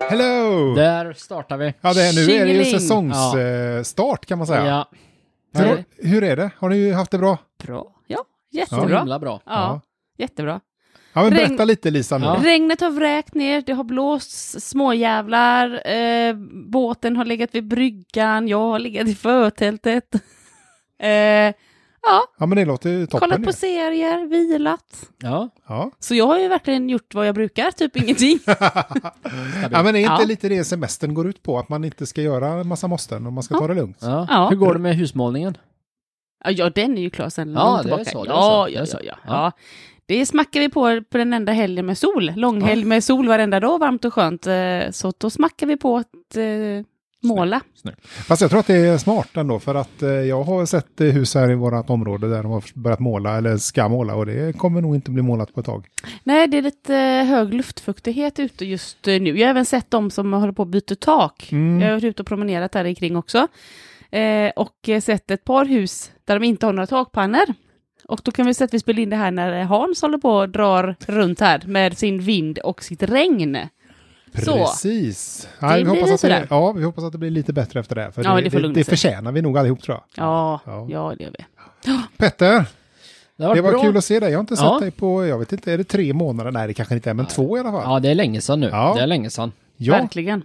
Hello! Där startar vi. Ja, det är, nu är det ju Tjingeling! säsongsstart Ja. kan man säga. Ja, Hur, hur är det? Har ni haft det bra? Bra. Ja, så jättebra. Ja, himla bra. Ja. jättebra. Ja, men Regn- berätta lite Lisa nu. Ja. Regnet har vräkt ner, det har blåst småjävlar, eh, båten har legat vid bryggan, jag har legat i förtältet. eh, ja, Ja, men det låter ju toppen. kollat ju. på serier, vilat. Ja, ja. Så jag har ju verkligen gjort vad jag brukar, typ ingenting. ja, men är inte Ja. lite det semestern går ut på? Att man inte ska göra en massa måsten och man ska ta det lugnt? ja. Ja. Hur går det med husmålningen? Ja, ja, den är ju klar sedan Ja, långt det är så, det tillbaka. är ja, så, det ja, är så. ja, ja, Ja. ja. Det smackar vi på på den enda helgen med sol. Långhelg med sol varenda dag, varmt och skönt. Eh, Så då smackar vi på att eh, måla. Fast jag tror att det är smart ändå för att eh, jag har sett eh, hus här i vårt område där de har börjat måla eller ska måla och det kommer nog inte bli målat på ett tag. Nej, det är lite eh, hög luftfuktighet ute just eh, nu. Jag har även sett de som håller på att byta tak. Mm. Jag har varit ute och promenerat här i kring också. Eh, och eh, sett ett par hus där de inte har några takpannor. Och då kan vi säga att vi spelar in det här när eh, Hans håller på och drar runt här med sin vind och sitt regn. Så. Precis. Det vi, blir hoppas att det, sådär. ja, vi hoppas att det blir lite bättre efter det. här, För Ja, det, det får det, lugna det sig. förtjänar vi nog allihop tror jag. Ja, Ja. ja. det gör vi. Petter, har det varit var bra. kul att se dig. Jag har inte sett Ja. dig på, jag vet inte, är det tre månader? Nej, det kanske inte är, men två i alla fall. Ja. Ja, det är länge sedan nu. Ja. Det är länge sedan. Ja, Verkligen.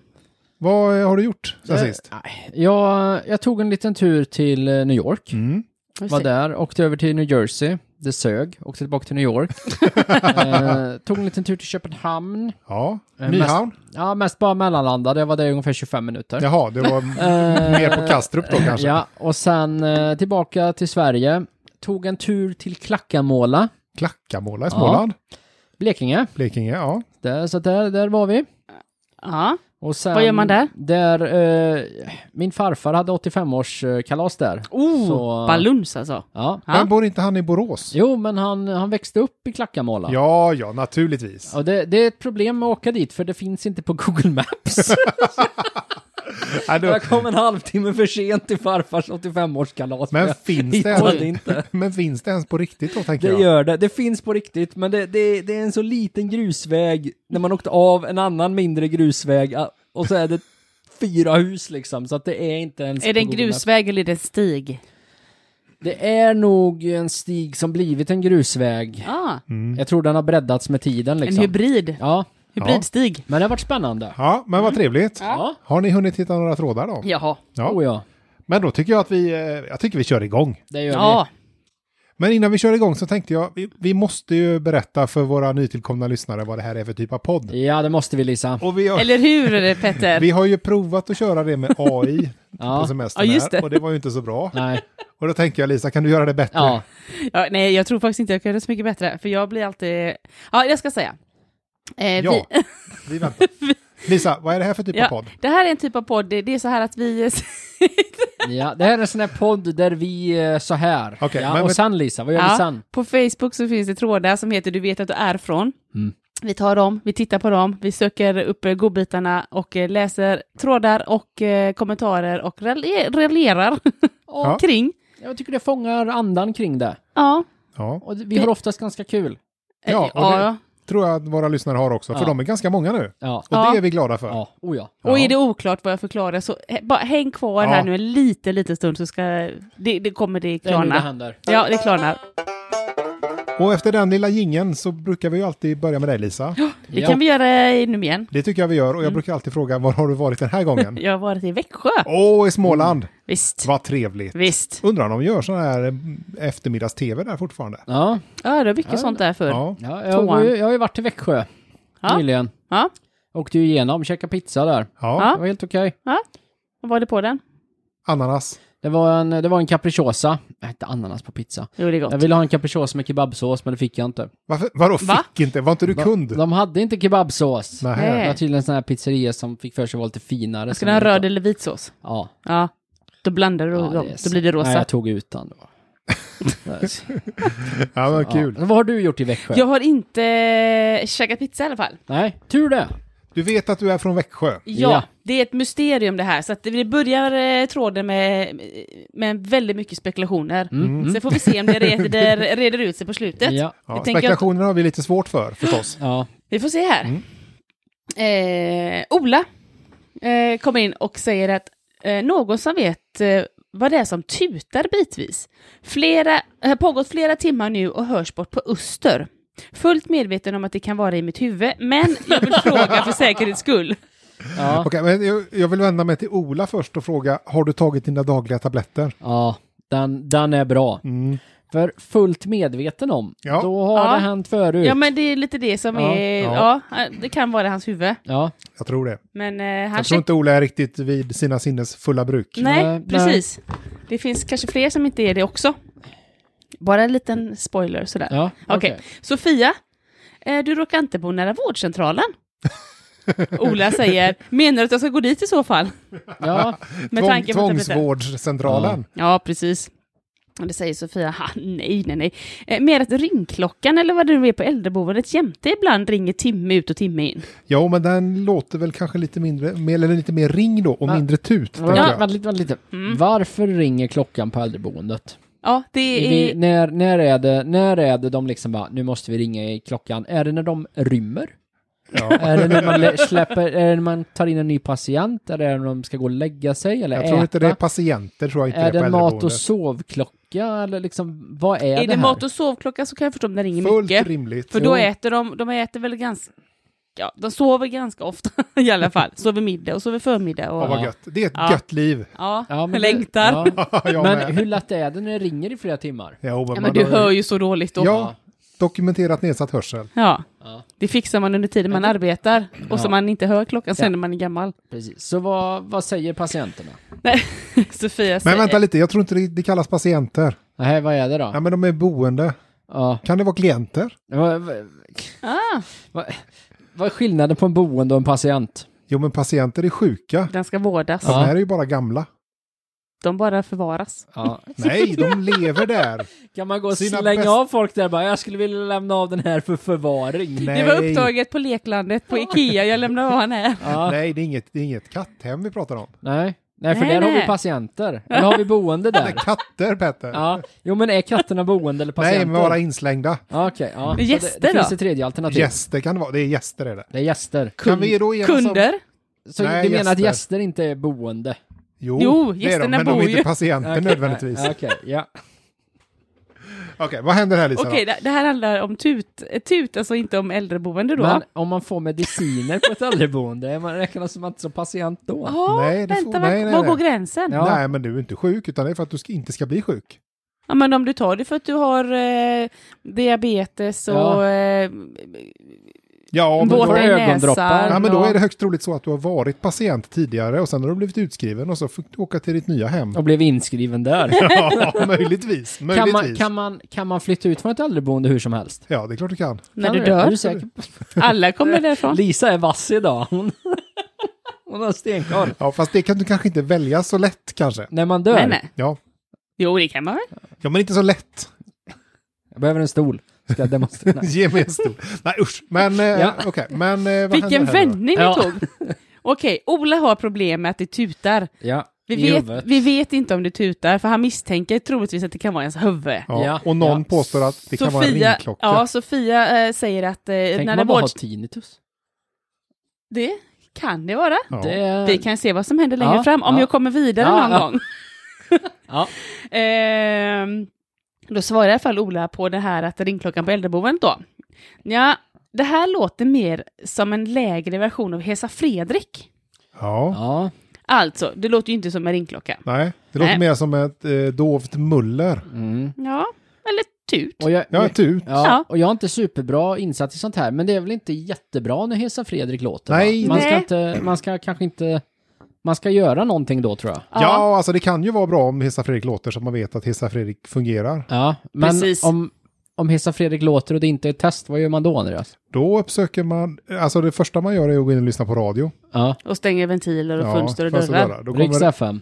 vad har du gjort Eh, sen sist? Nej, Jag, jag tog en liten tur till eh, New York. Mm. Just Var det. där, åkte över till New Jersey. Det sög. Åkte tillbaka till New York. eh, tog en liten tur till Köpenhamn. Ja, Eh, Nyhamn? Ja, mest bara mellanlandade. Jag var där i ungefär 25 minuter. Jaha, det var Eh, mer på Kastrup då kanske? Ja, och sen eh, tillbaka till Sverige. Tog en tur till Klackamåla, Klackamåla i Ja. Småland, Blekinge. Blekinge, ja. Där, så att där, där var vi. Ja. Och sen, Vad gör man där? där eh, min farfar hade 85-årskalas där. Oh, Så- baluns alltså. Ja. Ja. Men bor inte han i Borås? Jo, men han, han växte upp i Klackamåla. Ja, ja, naturligtvis. Och det, det är ett problem med att åka dit, för det finns inte på Google Maps. Nej, du- jag kom en halvtimme för sent till farfars 85-årskalas. Men jag finns det- hittade Oj. inte. Men finns det ens på riktigt då, tänker Det jag? gör det. Det finns på riktigt, men det, det, det är en så liten grusväg när man åkt av en annan mindre grusväg ah, och så är det fyra hus liksom, så att det är inte ens... Är det en på Google Maps. grusväg eller är det en stig? Det är nog en stig som blivit en grusväg. Ah, Mm. Jag tror den har breddats med tiden en liksom. hybrid. Ja, Hybridstig. men det har varit spännande. Ja, men vad trevligt. Ja. Har ni hunnit hitta några trådar då? Jaha. Ja. Oh, ja. Men då tycker jag att vi, eh, jag tycker vi kör igång. Det gör Ja, Men innan vi kör igång så tänkte jag, vi, vi måste ju berätta för våra nytillkomna lyssnare vad det här är för typ av podd. vi. Ja, det måste vi Lisa. Och vi, har, eller hur Petter? vi har ju provat att köra det med AI på Ja. semestern Ja, här, just det. och det var ju inte så bra. Nej. Och då tänker jag Lisa, kan du göra det bättre? Ja. Ja, nej, jag tror faktiskt inte jag kan göra det så mycket bättre, för jag blir alltid... Ja, jag ska säga. Eh, vi- Ja, vi väntar. Lisa, vad är det här för typ av Ja, podd? det här är en typ av podd, det det är så här att vi... ja. Det här är en sån här podd där vi eh, så här. Okej, ja, men- och sen Lisa, vad gör vi Ja, sen? på Facebook så finns det trådar som heter Du vet att du är från. Mm. Vi tar dem, vi tittar på dem, vi söker upp eh, godbitarna och eh, läser trådar och eh, kommentarer och ralje- raljerar Ja. kring. Jag tycker det fångar andan kring det. Ja. Ja, Och vi har oftast ganska kul. Eh, Ja, och det- ja. tror jag att våra lyssnare har också, för Ja. de är ganska många nu. Ja. Och Ja. det är vi glada för. Ja. Oh ja. Och är det oklart vad jag förklarar så eh, bara häng kvar Ja. här nu en liten, liten stund så ska det, det kommer det Det är nu det klarna. händer. ja, det klarnar. Och efter den lilla gingen så brukar vi ju alltid börja med dig Lisa. Det Ja. kan vi göra eh, nu igen. Det tycker jag vi gör och jag brukar alltid fråga var har du varit den här gången? Jag har varit i Växjö. Åh, i Småland! Visst, Vad trevligt! visst. Undrar om de gör sån här mm, eftermiddags-tv där fortfarande? Ja. Ja, det var mycket sånt där förr. Ja. Ja. ja jag, var ju- jag har ju varit i Växjö Ja. nyligen. Ja. Åkte ju igenom, käkade pizza där. ja. Ja. Det var helt okej. Vad var det på den? Ananas. Det var en, det var en capricciosa. Jag hette ananas på pizza. Jo, det är gott. Jag ville ha en capricciosa med kebabsås, men det fick jag inte. Varför? Vadå fick Va? inte? Var inte du kund? De hade inte kebabsås. Nähä. Det Nej. var tydligen en sån här pizzeria som fick för sig att vara lite finare. Ska den ha som röd inte- eller vit sås? Ja. Ja. Då blandar du ja dem, är då blir det sant. Nej, rosa. jag tog ut den då. Ja, vad Ja. kul. Vad har du gjort i Växjö? Jag har inte eh, käkat pizza i alla fall. Nej, tur det. Du vet att du är från Växjö? Ja, Ja. det är ett mysterium det här. Så att vi börjar eh, tråden med, med väldigt mycket spekulationer. Sen får vi se om det reder, reder ut sig på slutet. Mm. Ja. Ja, Jag tänker att- spekulationer har vi lite svårt för förstås. Ja. Vi får se här. Eh, Ola eh, kommer in och säger att eh, någon som vet eh, vad det är som tutar bitvis. Flera, har pågått flera timmar nu och hörs bort på Öster. Fullt medveten om att det kan vara i mitt huvud, men jag vill fråga för säkerhets skull. Ja. Okej, men jag, jag vill vända mig till Ola först och fråga, har du tagit dina dagliga tabletter? Ja, den, den är bra. Mm. För fullt medveten om, Ja. då har Ja. det hänt förut. Ja, men det är lite det som Ja, är, ja. ja. det kan vara hans huvud. Ja. Jag tror det. Men eh, han Jag tror checkar inte Ola är riktigt vid sina sinnes fulla bruk. Nej, Nej, nej. precis. Det finns kanske fler som inte är det också. Bara en liten spoiler sådär. Ja, Okej, okej. Sofia, eh, du råkar inte bo nära vårdcentralen. Ola säger, menar du att jag ska gå dit i så fall? Ja. Med Tvång, tanke på att jag blev- tvångsvårdscentralen. Ja, precis. Och det säger Sofia, ha, nej, nej, nej. Eh, mer att ringklockan eller vad det nu är på äldreboendet jämte ibland ringer timme ut och timme in. Ja, men den låter väl kanske lite mindre, mer, eller lite mer ring då och Ja. mindre tut. Ja. tänker Ja. jag. Vänta lite, vänta lite. Mm. Varför ringer klockan på äldreboendet? Ja, det Vi, är... när, när, är det, när är det de liksom bara, nu måste vi ringa i klockan? Är det när de rymmer? Ja. Är det när man lä- släpper, är det när man tar in en ny patient? Eller är det när de ska gå och lägga sig? Eller Jag äta? tror inte det är patienter, tror jag inte Är det på en mat och äldreboendet. sovklocka? Eller liksom, vad är, Är det det här? mat och sovklocka så kan jag förstå om den ringer Fullt mycket. rimligt. För då Jo. äter de, de äter väl ganska, ja, de sover ganska ofta i alla fall. Sover middag och sover förmiddag Ja, och, vad gött. Det är ett Ja. gött liv. ja, Ja, men det- längtar. Ja. ja. jag Men med. hur lätt är det när det ringer i flera timmar? Ja, men, men du hör ju så dåligt då. Ja. Ja, dokumenterat nedsatt hörsel. Ja. Det fixar man under tiden man arbetar och Ja. så man inte hör klockan sen Ja. när man är gammal. Precis. Så vad, vad säger patienterna? Sofia Men säger... vänta lite, jag tror inte det, det kallas patienter. Nej, vad är det då? Nej, men de är boende. Ja. Kan det vara klienter? Vad, vad, ah, vad är skillnaden på en boende och en patient? Jo, men patienter är sjuka. den ska vårdas. De Ja. här är ju bara gamla. De bara förvaras. Ja. Nej, de lever där. Kan man gå och Sina slänga bäst- av folk där bara, jag skulle vilja lämna av den här för förvaring? Nej, Det var upptaget på leklandet på Ikea, jag lämnar av han här. Ja. Nej. Nej, det är, inget, det är inget katthem vi pratar om. Nej. för Nej, där har vi nej. patienter. Eller har vi boende Det är där? katter, Petter. Ja. Jo, men är katterna boende eller Nej, patienter? Typ. men bara inslängda. Ja, okej. ja. Så Gäster det, det finns då? ett tredje alternativ. Gäster kan det vara. Det är gäster är det. Det är gäster. Kan vi då enas om- Kunder? Så Nej, du menar att gäster. gäster inte är boende? Jo, Jo, det är de, gästerna men bor de är inte ju. patienter Okej, nödvändigtvis. nej, Okej, ja. Okej, vad händer här Lisa Okej, det, det här handlar om tut, tut, alltså inte om äldreboende då. Men om man får mediciner på ett äldreboende, är man räknas man inte som patient då? Ja, Nej, det vänta, får- var, nej, nej, var nej. går gränsen? då? Ja. Nej, men du är inte sjuk, utan det är för att du ska, inte ska bli sjuk. Ja, men om du tar det för att du har eh, diabetes och Ja. eh, Ja, men, Båda då, våta i ögondroppar. näsan. ja, men då och- är det högst troligt så att du har varit patient tidigare och sen har du blivit utskriven och så fick du åka till ditt nya hem. Och blev inskriven där. Ja, möjligtvis. möjligtvis. kan, man, kan, man, kan man flytta ut från ett äldreboende hur som helst? Ja, det är klart du kan. När Kan du Är dör. du säker? Alla kommer därifrån. Lisa är vass idag. Hon, hon har stenkoll. Ja, fast det kan du kanske inte välja så lätt kanske. När man dör. Nej, nej. Ja, Jo, det kan man väl? ja men inte så lätt. Jag behöver en stol. Ska jag demonstrera? Nej. Ge mig en stol. Nej, usch. Men, eh, Ja. okej. Men, eh, vad Vilken händer här nu då? vändning det Ja. tog. Okej, Ola har problem med att det tutar. Ja, Vi i vet, huvudet. vi vet inte om det tutar, för han misstänker troligtvis att det kan vara ens huvud. Ja, Ja. och någon Ja. påstår att det kan vara en Sofia, ringklocka. ja, Sofia eh, säger att eh, Tänk när om det, man bara har vård... tinnitus. det kan det vara. Ja. Det, Vi kan se vad som händer längre Ja, fram, om ja. jag kommer vidare Ja, någon ja. gång. ja. Ehm, då svarar i alla fall Ola på det här att ringklockan på äldreboendet då. Ja, det här låter mer som en lägre version av Hesa Fredrik. Ja. ja. Alltså, det låter ju inte som en ringklocka. Nej, det låter Nej. mer som ett eh, dovt muller. Mm. Ja, eller tut. Och jag, Ja, jag, ett ut. ja, Ja. och jag är inte superbra insatt i sånt här, men det är väl inte jättebra när Hesa Fredrik låter? Nej, va? man ska, nej. inte, man ska kanske inte... Man ska göra någonting då, tror jag. Ja. alltså det kan ju vara bra om Hissa Fredrik låter så att man vet att Hissa Fredrik fungerar. Ja, men Precis. om, om Hesa Fredrik låter och det inte är ett test, vad gör man då, Andreas? Då uppsöker man, alltså det första man gör är att gå in och lyssna på radio. Ja, Och stänger ventiler och fönster och fönster dörrar. Då Riks kommer, FM.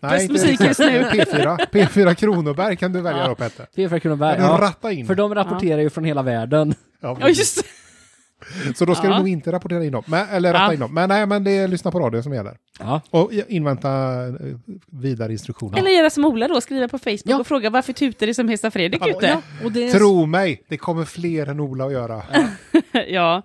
nej, inte Musik just nu. P4, P4 Kronoberg kan du välja Ja. då Petter. P4 Kan Kronoberg. du Ja. ratta in? För de rapporterar ju från hela världen. Ja, Ja, just det. Så då ska du Ja. nog inte rapportera in dem. Men, eller ratta Ja. in dem. Men nej, men det är lyssna på radio som gäller. Ja. Och invänta eh, vidare instruktioner. Eller göra som Ola då, skriva på Facebook Ja. och fråga varför tutar det som Hesa Fredrik Hallå, ute? ja. Och det är, Tro mig, det kommer fler än Ola att göra. ja.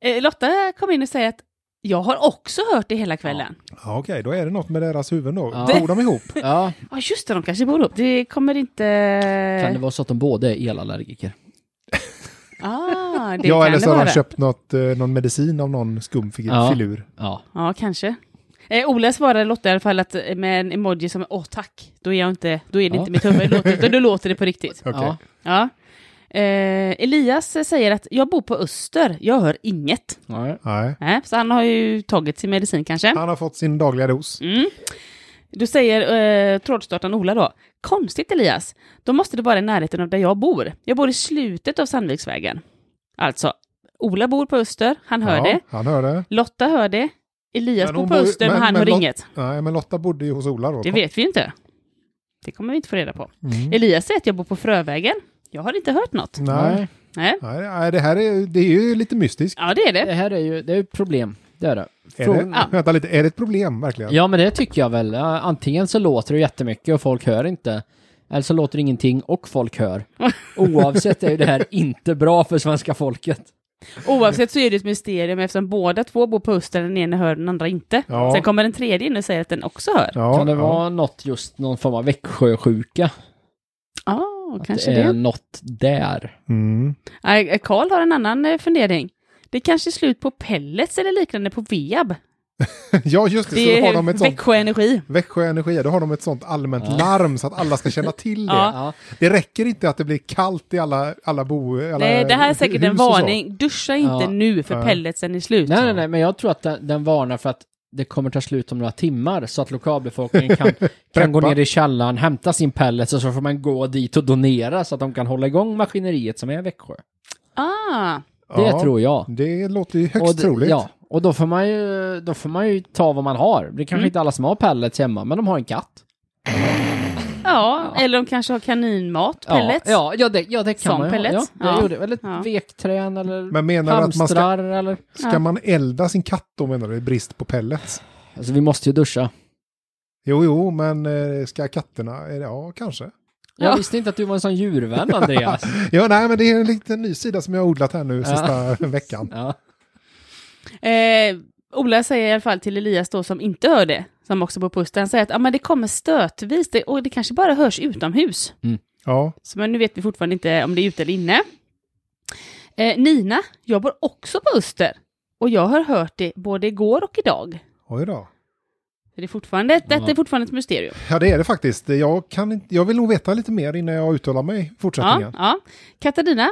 Eh, Lotta kom in och säger att jag har också hört det hela kvällen. Ja, Ja, okej, då är det något med deras huvuden då. Ja. Bor de ihop? Ja, just det, de kanske bor ihop. Det kommer inte... kan det vara så att de båda är elallergiker? Ah, det ja, kan eller det så har vara. de köpt något, eh, någon medicin av någon skum figur. Ja. filur. Ja. Ja, kanske. Eh, Ola svarade Lotta i alla fall att eh, med en emoji som åh tack, då är, jag inte, då är det Ja. inte mitt huvud, låter, utan då låter det på riktigt. Okej. ja. Ja. Eh, Elias säger att jag bor på Öster, jag hör inget. Nej. Nej. Nej, så han har ju tagit sin medicin kanske. Han har fått sin dagliga dos. Mm. Då säger eh, trådstartaren Ola då, konstigt Elias, då måste det vara i närheten av där jag bor. Jag bor i slutet av Sandviksvägen. Alltså, Ola bor på Öster, han hör ja, det. Han hör det. Lotta hör det. Elias Men bor hon på bor ju- Öster, men men- han men hör Lot- inget. Nej, men Lotta bodde ju hos Ola då. Det vet vi ju inte. Det kommer vi inte få reda på. Mm. Elias säger att jag bor på Frövägen. Jag har inte hört något. Nej. Nej. Nej, nej, det här är, det är ju lite mystiskt. Ja, det är Det det. här är ju det är ju ett problem. Det är det. Är Frågan- det, vänta lite, är det ett problem verkligen? Ja, men det tycker jag väl. Ja, Antingen så låter det jättemycket och folk hör inte. Eller så låter det ingenting och folk hör. Oavsett är ju det här inte bra för svenska folket. Oavsett så är det ett mysterium eftersom båda två bor på Öster, den ena hör, den andra inte. Ja. Sen kommer den tredje in och säger att den också hör. Ja, kan det ja. vara något, just någon form av Växjösjuka? Ja, kanske att det är det. något där. Mm. Nej, Karl har en annan eh, fundering. Det kanske är slut på pellets eller liknande på Veab. ja, just det. Det Så då har är de ett sånt, Växjö Energi. Växjö Energi, då har de ett sånt allmänt Ja. larm så att alla ska känna till det. Ja. Ja. Det räcker inte att det blir kallt i alla, alla bo... Alla Nej, det här är säkert hus en och så. varning. Duscha inte Ja. nu för Nej. pelletsen är slut. Nej, nej, nej, men jag tror att den, den varnar för att det kommer ta slut om några timmar så att lokalbefolkningen kan, kan gå Preppa. ner i källaren, hämta sin pellets och så får man gå dit och donera så att de kan hålla igång maskineriet som är i Växjö. Ah, Ja, Det tror jag. Det låter ju högst och d- troligt. Ja, och då får, man ju, då får man ju ta vad man har. Det är kanske Mm. inte alla som har pellets hemma, men de har en katt. ja, eller de kanske har kaninmat, pellets. Ja, ja, ja, det, ja det kan man Som ju ha. pellets. Ja, det Ja. Gjorde, eller ett Ja. vekträn eller Men menar du att man hamstrar ska, eller... ska Ja. man elda sin katt då menar du? i Brist på pellets? Alltså vi måste ju duscha. Jo, jo, men eh, ska katterna... är det- Ja, kanske. Jag Ja. visste inte att du var en sån djurvän, Andreas. Ja, nej, men det är en liten ny sida som jag har odlat här nu Ja. sista veckan. ja. Eh, Ola säger i alla fall till Elias då som inte hör det, som också bor på Öster, han säger att ah, men det kommer stötvis det, och det kanske bara hörs utomhus. Ja, Så men nu vet vi fortfarande inte om det är ute eller inne. Eh, Nina, jag bor också på Öster och jag har hört det både igår och idag. oj då. Så Det är fortfarande, detta är Ja. fortfarande ett mysterium. Ja, det är det faktiskt. Jag, kan inte, jag vill nog veta lite mer innan jag uttalar mig i Ja, fortsättningen. ja. Katarina,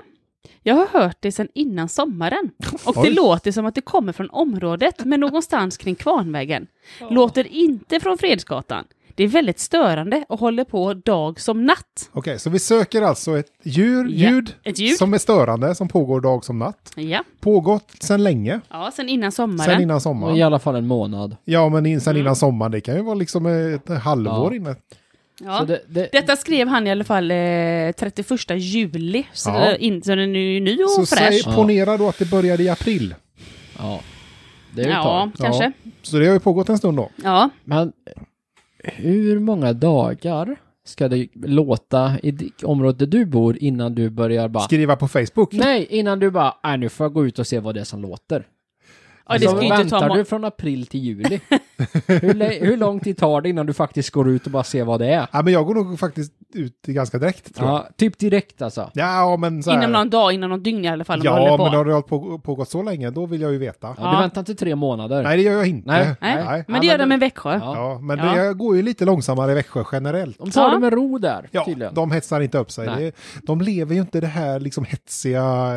jag har hört det sedan innan sommaren och det Oj. låter som att det kommer från området men någonstans kring Kvarnvägen. Låter inte från Fredsgatan. Det är väldigt störande och håller på dag som natt. Okej, så vi söker alltså ett djur, Ja, ljud, ett ljud. som är störande, som pågår dag som natt. Ja, Pågått sedan länge, ja sen innan sommaren. sedan innan Och I sommaren. alla fall en månad. Ja, men in, sedan innan sommaren, det kan ju vara liksom ett halvår Ja. innan. ja. Så det, det, Detta skrev han i alla fall eh, 31 juli, så, Ja. in, så den är ju ny och Så säg, fräsch. Ja. ponera då att det började i april. ja. det är ju ett tag. Ja, kanske. Ja, så det har ju pågått en stund då. Ja. Men hur många dagar ska det låta i det området där du bor innan du börjar bara... Skriva på Facebook. Nej, innan du bara, nej nu får jag gå ut och se vad det är som låter. ja, det Så ska ju inte ta väntar du må- från april till juli? hur, lä- hur lång tid tar det innan du faktiskt går ut och bara ser vad det är? Ja, men jag går nog faktiskt ut ganska direkt tror jag. Ja, typ direkt alltså. Ja, men så här. Inom någon dag, inom någon dygn i alla fall. om du håller Ja, på. men har det hållit på, pågått så länge, då vill jag ju veta. Ja, Ja. Du väntar inte tre månader? Nej, det gör jag inte. Nej. Nej. Nej. Men det Ja, gör men de det- med Växjö. Ja. Ja, men Ja. det går ju lite långsammare i Växjö generellt. De tar Ja. det med ro där, Ja, tydligen. de hetsar inte upp sig. Nej. Det, de lever ju inte det här liksom hetsiga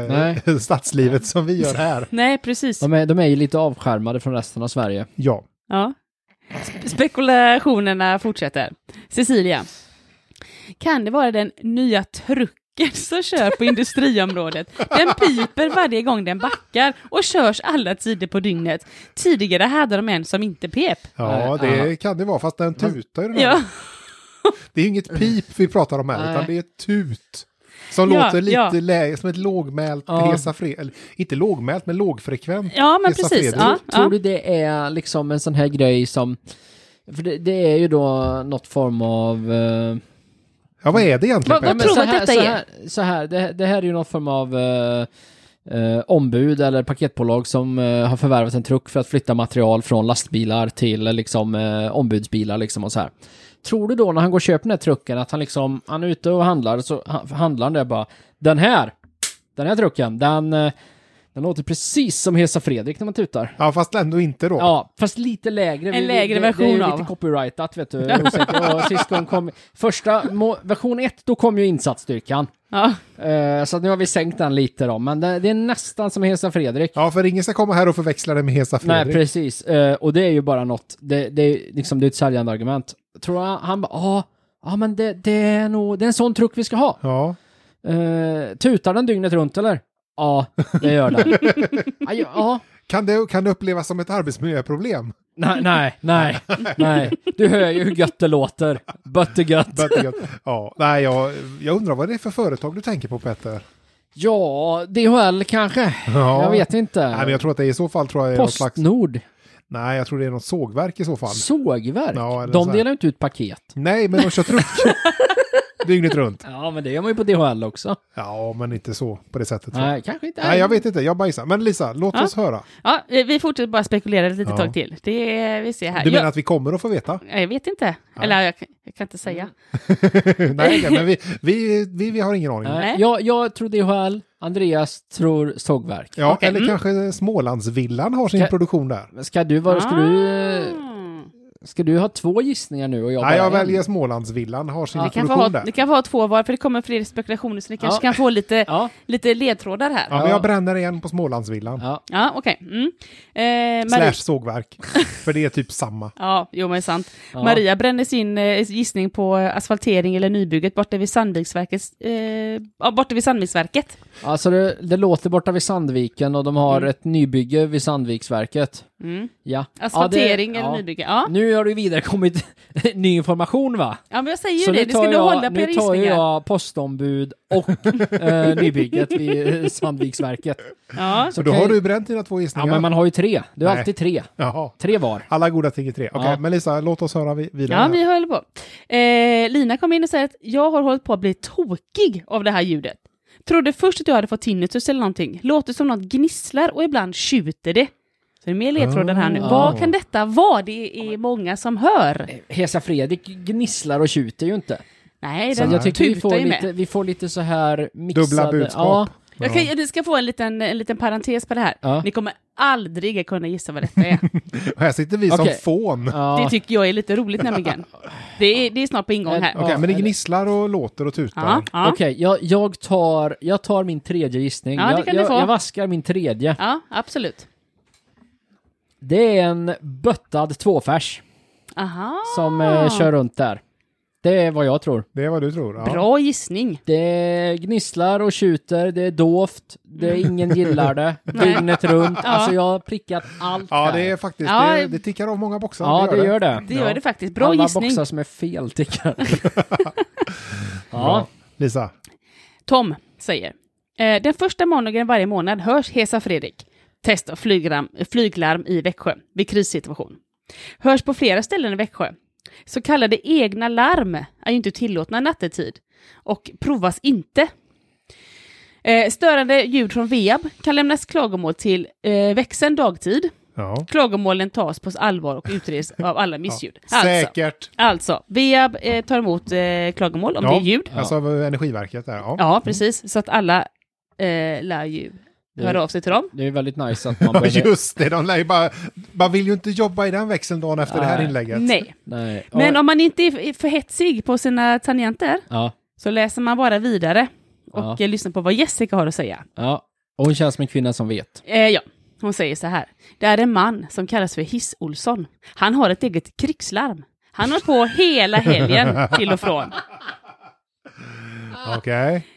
eh, stadslivet som vi gör här. Nej, precis. De är, de är ju lite avskärmade från resten av Sverige. Ja, Ja. Spe- Spekulationerna fortsätter. Cecilia. Kan det vara den nya trucken som kör på industriområdet? Den piper varje gång den backar och körs alla tider på dygnet. Tidigare hade de en som inte pep. ja Nej, det kan det vara, fast den tutar ju. den här. Ja, Det är ju inget pip vi pratar om här, Nej. utan det är ett tut. Som Ja, låter lite ja. lägre, som ett lågmält Ja. hesa fre, eller, inte lågmält, men lågfrekvent. ja men Hesa precis. Fredrik. Ja, Tror ja. du det är liksom en sån här grej som... För det, det är ju då något form av... eh, Ja, vad är det egentligen? Vad- vad Peter? tror du så att här, detta så är? här, så här det, det här är ju någon form av eh, eh, ombud eller paketbolag som eh, har förvärvat en truck för att flytta material från lastbilar till eh, liksom, eh, ombudsbilar. Liksom, och så här. Tror du då när han går och köper den här trucken att han liksom, han är ute och handlar, så han, handlar han där bara, den här, den här trucken, den, eh, den låter precis som Hesa Fredrik när man tutar. Ja, fast ändå inte då. Ja, fast lite lägre. Vi- En lägre det, version det är ju av. lite copyrightat, vet du. jag är osäker. Och sist gång kom, första, må, version 1, då kom ju insatsstyrkan. Ja. Eh, så att nu har vi sänkt den lite då, men det, det är nästan som Hesa Fredrik. Ja, för ingen ska komma här och förväxla det med Hesa Fredrik. Nej, precis. Eh, och det är ju bara något, det, det, är liksom, det är ett säljande argument. Tror han, han bara, ja, ja men det, det är nog, det är en sån truck vi ska ha. Ja, Eh, tutar den dygnet runt eller? Ja, det gör den. Aj, ja, kan det, kan det upplevas som ett arbetsmiljöproblem? Nej, nej, nej, nej. Du hör ju hur gött det låter. Böttegött. ja, nej, jag, jag undrar vad det är för företag du tänker på, Petter? Ja, DHL kanske. Ja. Jag vet inte. Nej, men jag tror att det i så fall tror jag är något slags... Postnord. Nej, jag tror det är något sågverk i så fall. Sågverk. Ja, eller så de här. delar ju inte ut paket. Nej, men de kör truck. Dygnet runt. Ja, men det gör man ju på DHL också. Ja, men inte så på det sättet. tror jag. Nej, kanske inte. Nej, jag vet inte. Jag bajsar. Men Lisa, låt Ja. oss höra. ja, eh, vi fortsätter bara spekulera ett litet Ja. tag till. Det är, vi ser här. Du menar jag, att vi kommer att få veta? jag vet inte. Eller jag, kan- jag kan inte Mm. säga. Nej, men vi, vi, vi, vi har ingen aning. Nej. Nej. Jag, jag tror DHL, Andreas tror sågverk. Ja, Okej, eller mm. kanske Smålandsvillan har sin Ka- produktion där. Men Ska du, eh, vara, ska, du, Mm. ska du ha två gissningar nu och jag Nej, bara jag en? väljer Smålandsvillan har sin Ni kan, få produktion ha, där. ni kan få ha två var, för det kommer fler spekulationer, så ni kanske kan få lite, Ja, lite ledtrådar här. Ja, Ja, men Ja. jag bränner igen på Smålandsvillan. ja. okej. Mm. Eh, Marie- Slash sågverk. För det är typ samma. Ja, jo men det är sant. Ja. Maria brände sin eh, gissning på eh, asfaltering eller nybygget borta vid Sandviksverket. Eh, ja, borta vid Sandviksverket. Alltså det, det låter borta vid Sandviken och de har Mm. ett nybygge vid Sandviksverket. Mm. Ja. Asfaltering Ja, det- eller ja. nybygge, ja. Nu har det ju vidarekommit ny information va? Ja, men jag säger ju Så det, nu ni ska tar, nog hålla jag, på era nu tar ju gissningar. jag postombud och eh, nybygget vid eh, Sandviksverket. Ja. Så Så då kan- har du bränt dina två Ja gissningar. men man har ju tre, det är Nej. alltid tre. Jaha. Tre var. Alla goda ting i tre. Okej, Ja. men Lisa, låt oss höra vi- vidare. Ja, vi håller på. Eh, Lina kom in och säger att jag har hållit på att bli tokig av det här ljudet. Trodde först att jag hade fått tinnitus eller någonting. Låter som något gnisslar och ibland tjuter det. Så det är mer ledtrådar här nu. Ah. Vad kan detta vara? Det är många som hör. Hesa Fredrik gnisslar och tjuter ju inte. Nej, Så den jag tycker vi tutar får, ju med. lite, vi får lite så här mixade... Dubbla budskap. Ja, Jag kan, ni ska få en liten, en liten parentes på det här. Ja. Ni kommer aldrig kunna gissa vad detta är. Och Här sitter vi Okej. som fån. Okej, ja. Det tycker jag är lite roligt nämligen. Det är, det är snart på ingång här. Ja, men det eller- gnisslar och låter och tutar. Ja, ja, Okej, jag, jag, tar, jag tar min tredje gissning. Ja, det jag, kan du jag, få. jag vaskar min tredje. ja, absolut. Det är en böttad tvåfärs Aha, som eh, Ah. kör runt där. Det är vad jag tror. Det är vad du tror. Ja. bra gissning. Det gnisslar och tjuter, det är dovt, det är ingen gillar det, dygnet runt. Alltså jag har prickat allt Ja, här. det är faktiskt, Ja. det, det tickar av många boxar. ja, det gör det. Det gör det faktiskt. Bra Alla gissning. boxar som är fel tickar. ja. Lisa, Tom säger. Eh, den första måndagen varje månad hörs Hesa Fredrik. Test av flyglarm, flyglarm i Växjö vid krissituation. Hörs på flera ställen i Växjö. Så kallade egna larm är ju inte tillåtna nattetid och provas inte. Eh, störande ljud från Veab kan lämnas klagomål till eh, växeln dagtid. ja. Klagomålen tas på allvar och utreds av alla missljud. Alltså, Säkert. alltså Veab eh, tar emot eh, klagomål om det är ljud. Alltså Energiverket där. Ja. Ja, precis. Så att alla eh, lär ju höra av sig till dem. Det är väldigt nice att man Ja, behöver... just det. De lär ju bara, man vill ju inte jobba i den växeln dagen efter det här Nej. inlägget. Nej. Nej. Ja. Men om man inte är för hetsig på sina tangenter Ja, så läser man bara vidare och Ja. eh, lyssnar på vad Jessica har att säga. ja. Och hon känns som en kvinna som vet. Eh, ja, hon säger så här. Det är en man som kallas för Hiss-Olsson. Han har ett eget krigslarm. Han har på hela helgen till och från. Okej.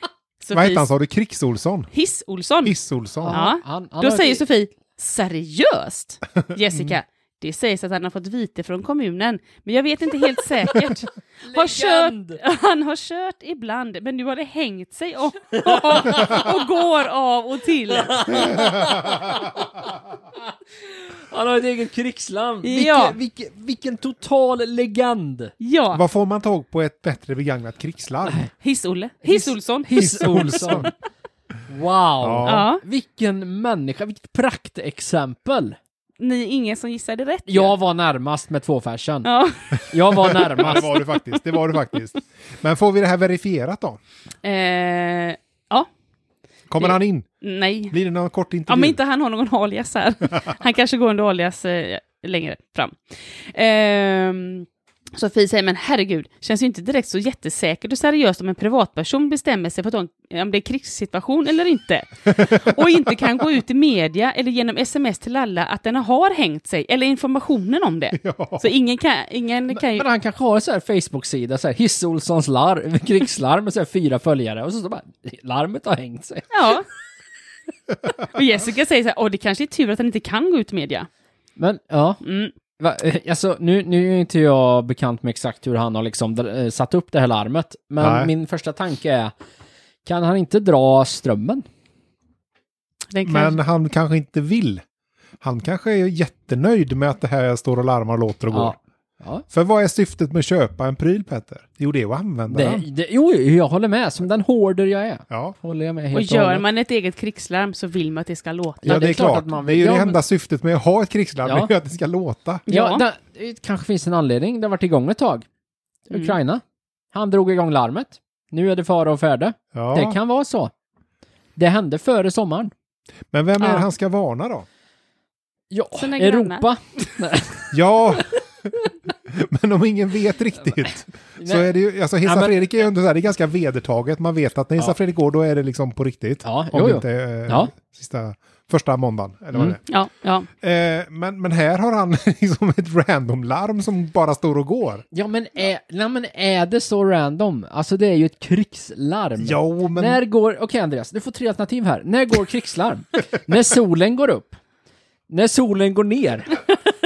Vad Sofie hette han sa du? Krigs-Olsson? Hiss-Olsson. Hiss-Olsson? Ja. Han, han Då har- säger Sofie, seriöst? Jessica, det sägs att han har fått vite från kommunen, men jag vet inte helt säkert. Har Legend! kört, han har kört ibland, men nu har det hängt sig och, och går av och till. Han har ett eget krigsland. Ja. Vilken, vilken, vilken total legend. Ja, Vad får man tag på ett bättre begagnat krigslarm? Hiss-Olle. Hiss-Olsson. Hiss Olsson. Wow! Ja. Ja. Vilken människa, vilket praktexempel! Ni är ingen som gissade rätt. ju. Jag var närmast med tvåfärsen. Ja. Jag var Ja, det närmast. var du faktiskt. Det var du faktiskt. Men får vi det här verifierat då? Eh, Kommer Det- han in? nej. Blir det någon kort Ja, intervju? men inte han har någon alias här. Han kanske går under alias eh, längre fram. Ehm, Sofie säger, men herregud, känns ju inte direkt så jättesäkert och seriöst om en privatperson bestämmer sig för att ha en- om det är krigssituation eller inte. Och inte kan gå ut i media eller genom sms till alla att den har hängt sig, eller informationen om det. Ja. Så ingen kan, ingen kan ju... Men han kanske har en sån här Facebook-sida, så här Hisse-Olssons larm, krigslarm med så här fyra följare och så, så bara, larmet har hängt sig. Ja. Och Jessica säger så här, åh det kanske är tur att han inte kan gå ut i media. Men ja, Mm. Va, eh, alltså nu, nu är ju inte jag bekant med exakt hur han har liksom dr- eh, satt upp det här larmet, men Nej. min första tanke är, kan han inte dra strömmen? Den kan... Men han kanske inte vill. Han kanske är jättenöjd med att det här står och larmar och låter och går. Ja. Ja. För vad är syftet med att köpa en pryl, Petter? Jo, det är att använda Det, den. det, jo, jo, jag håller med, som den hoarder jag är. Ja. Håller jag med helt Och och gör hållet. man ett eget krigslarm så vill man att det ska låta. Ja, det, är klart. att man det är vill. ju Ja, det men- enda syftet med att ha ett krigslarm, Ja. det är ju att det ska låta. Ja, Ja. det, det kanske finns en anledning. Det har varit igång ett tag. Mm. Ukraina. Han drog igång larmet. Nu är det fara och färde. Ja. Det kan vara så. Det hände före sommaren. Men vem är Ja. det han ska varna då? Ja, Sina Europa. Ja, men om ingen vet riktigt så Nej. är det ju, alltså Hesa Ja, men- Fredrik är ju ändå så här, det är ganska vedertaget. Man vet att när Hesa Ja. Fredrik går då är det liksom på riktigt. Ja, om jo, det jo. inte är eh, Ja. sista, första måndagen. Eller vad Mm. Ja, ja. det är. Eh, men, men här har han liksom ett random-larm som bara står och går. Ja, men är, nej, men är det så random? Alltså, det är ju ett krigslarm. Jo, men... När går... Okej, Andreas, du får tre alternativ här. När går krigslarm? när solen går upp? När solen går ner?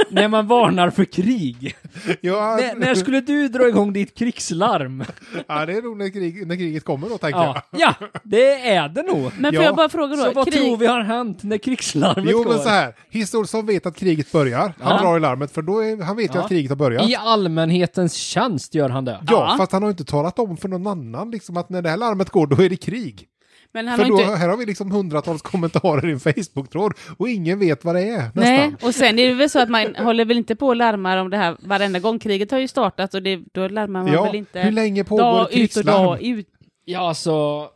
när man varnar för krig? Ja, när, när skulle du dra igång ditt krigslarm? ja, det är nog när, krig, när kriget kommer då, tänker Ja, ja det är det nog. Men Ja. får jag bara fråga Så då, vad krig, tror vi har hänt när krigslarmet jag. Jo, går? men så här. Hisse Olsson vet att kriget börjar. Han Ja. drar i larmet, för då är, han vet ju Ja. att kriget har börjat. I allmänhetens tjänst gör han det. Ja, Ja. fast han har inte talat om för någon annan liksom, att när det här larmet går, då är det krig. men han för har då, inte... här har vi liksom hundratals kommentarer i en Facebook-tråd och ingen vet vad det är nästan. Nej, och sen är det väl så att man håller väl inte på och larmar om det här varenda gång. Kriget har ju startat och det, då larmar man ja, väl inte hur länge pågår dag ett ut och krigslarm? dag ut. Ja, alltså...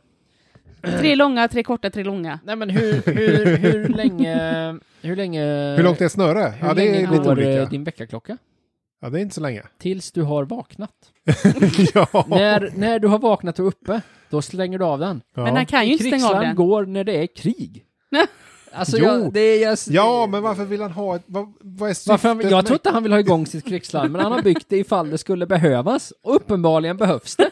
Tre långa, tre korta, tre långa. Nej, men hur, hur, hur länge... Hur länge... Hur långt är ett snöre? hur Ja, det länge är lite går olika. eh, din väckarklocka? Ja, det är inte så länge. Tills du har vaknat. ja. När, när du har vaknat och uppe, då slänger du av den. Men han Ja. kan ju inte stänga av Krigslarm den. går när det är krig. Alltså, Jo. jag, det är jag, ja, men varför vill han ha ett... Vad, vad är syftet? Varför han, med- jag tror inte han vill ha igång sitt krigslarm, men han har byggt det ifall det skulle behövas. Och uppenbarligen behövs det.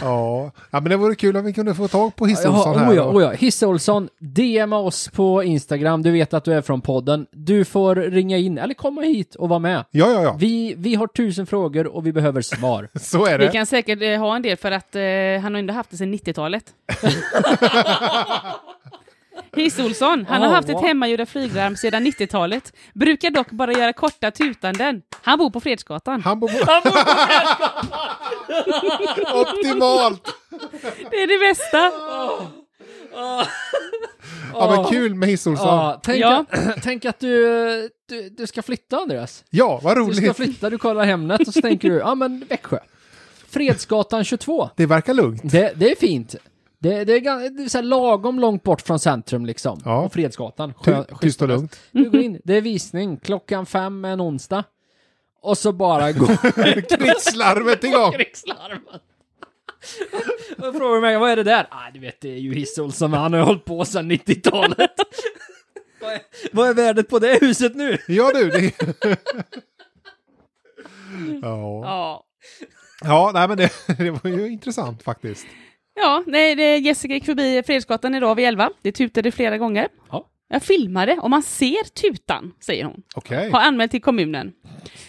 Ja. ja, men det vore kul om vi kunde få tag på Hisse Olsson Jaha, här. oja, oja. Hisse Olsson, DMa oss på Instagram, du vet att du är från podden. Du får ringa in, eller komma hit och vara med. Ja, ja, ja. Vi, vi har tusen frågor och vi behöver svar. Så är Vi det. kan säkert eh, ha en del för att eh, han har ändå haft det sedan 90-talet. Hiss Olsson, han har Oh, haft ett wow. hemmagjorda flyglarm sedan 90-talet. Brukar dock bara göra korta tutanden. Han bor på Fredsgatan. Han bor på... Optimalt! Det är det bästa. Ja, men kul med Hisse Olsson. Ja, tänk, Ja. Att, tänk att du, du, du ska flytta, Andreas. Ja, vad Du ska roligt. flytta, du kollar Hemnet och så tänker du, ja men Växjö. Fredsgatan 22. Det verkar lugnt. Det, det är fint. Det, det är, gan- det är så här lagom långt bort från centrum liksom. Ja. Och Fredsgatan. Sjö- Ty, tyst och lugnt. Du går in, det är visning, klockan fem en onsdag. Och så bara går Krigslarmet igång! krigslarmet. Och frågar mig, vad är det där? Ah, du vet, det är ju Hisse Olsson, men han har ju hållit på sedan 90-talet. vad, är, vad är värdet på det huset nu? Ja du, det... ja. Ja. ja, nej men det, det var ju intressant faktiskt. Ja, nej, det, Jessica gick förbi Fredsgatan idag vid 11. Det tutade flera gånger. Ja. Jag filmade och man ser tutan, säger hon. Okej, Har anmält till kommunen.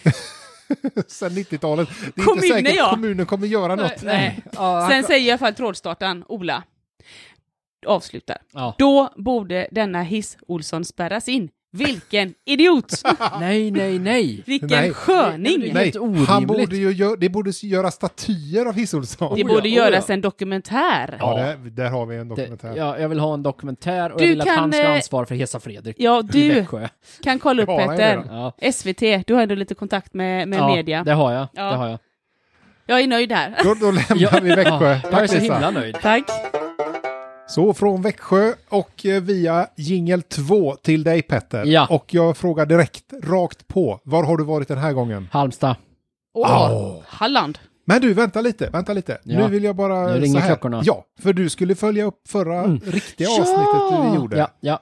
sen 90-talet. Det är Kommunen, inte säkert ja. kommunen kommer göra något. Nej. Ja, han- Sen säger i alla fall trådstartaren, Ola, avslutar. ja. Då borde denna hiss Olsson spärras in. Vilken idiot! Nej, nej, nej! Vilken Nej. sköning! helt Nej, han orimligt. borde ju gö- det borde göra statyer av Hiss Olsson. Det Oh ja, borde oh ja. göras en dokumentär. Ja, där, där har vi en dokumentär. Det, ja, jag vill ha en dokumentär och Du jag vill att kan, han ska ha eh, ansvar för Hesa Fredrik Ja, i du Växjö. kan kolla upp Ja, det är det Petter. Ja. SVT, du har ändå lite kontakt med, med ja, media. det har jag. Ja. Det har jag. Jag är nöjd där. Då, då lämnar Ja. vi Växjö. Ja, jag är Tack så Lisa. himla nöjd. Tack. Så från Växjö och eh, via jingel 2 till dig Petter. Ja. Och jag frågar direkt, rakt på, var har du varit den här gången? Halmstad. Åh, Halland. Men du, vänta lite, vänta lite. Ja. Nu vill jag bara... Nu ringer så här. klockorna. Mm. Ja, för du skulle följa upp förra riktiga Ja! avsnittet vi gjorde. Ja, ja.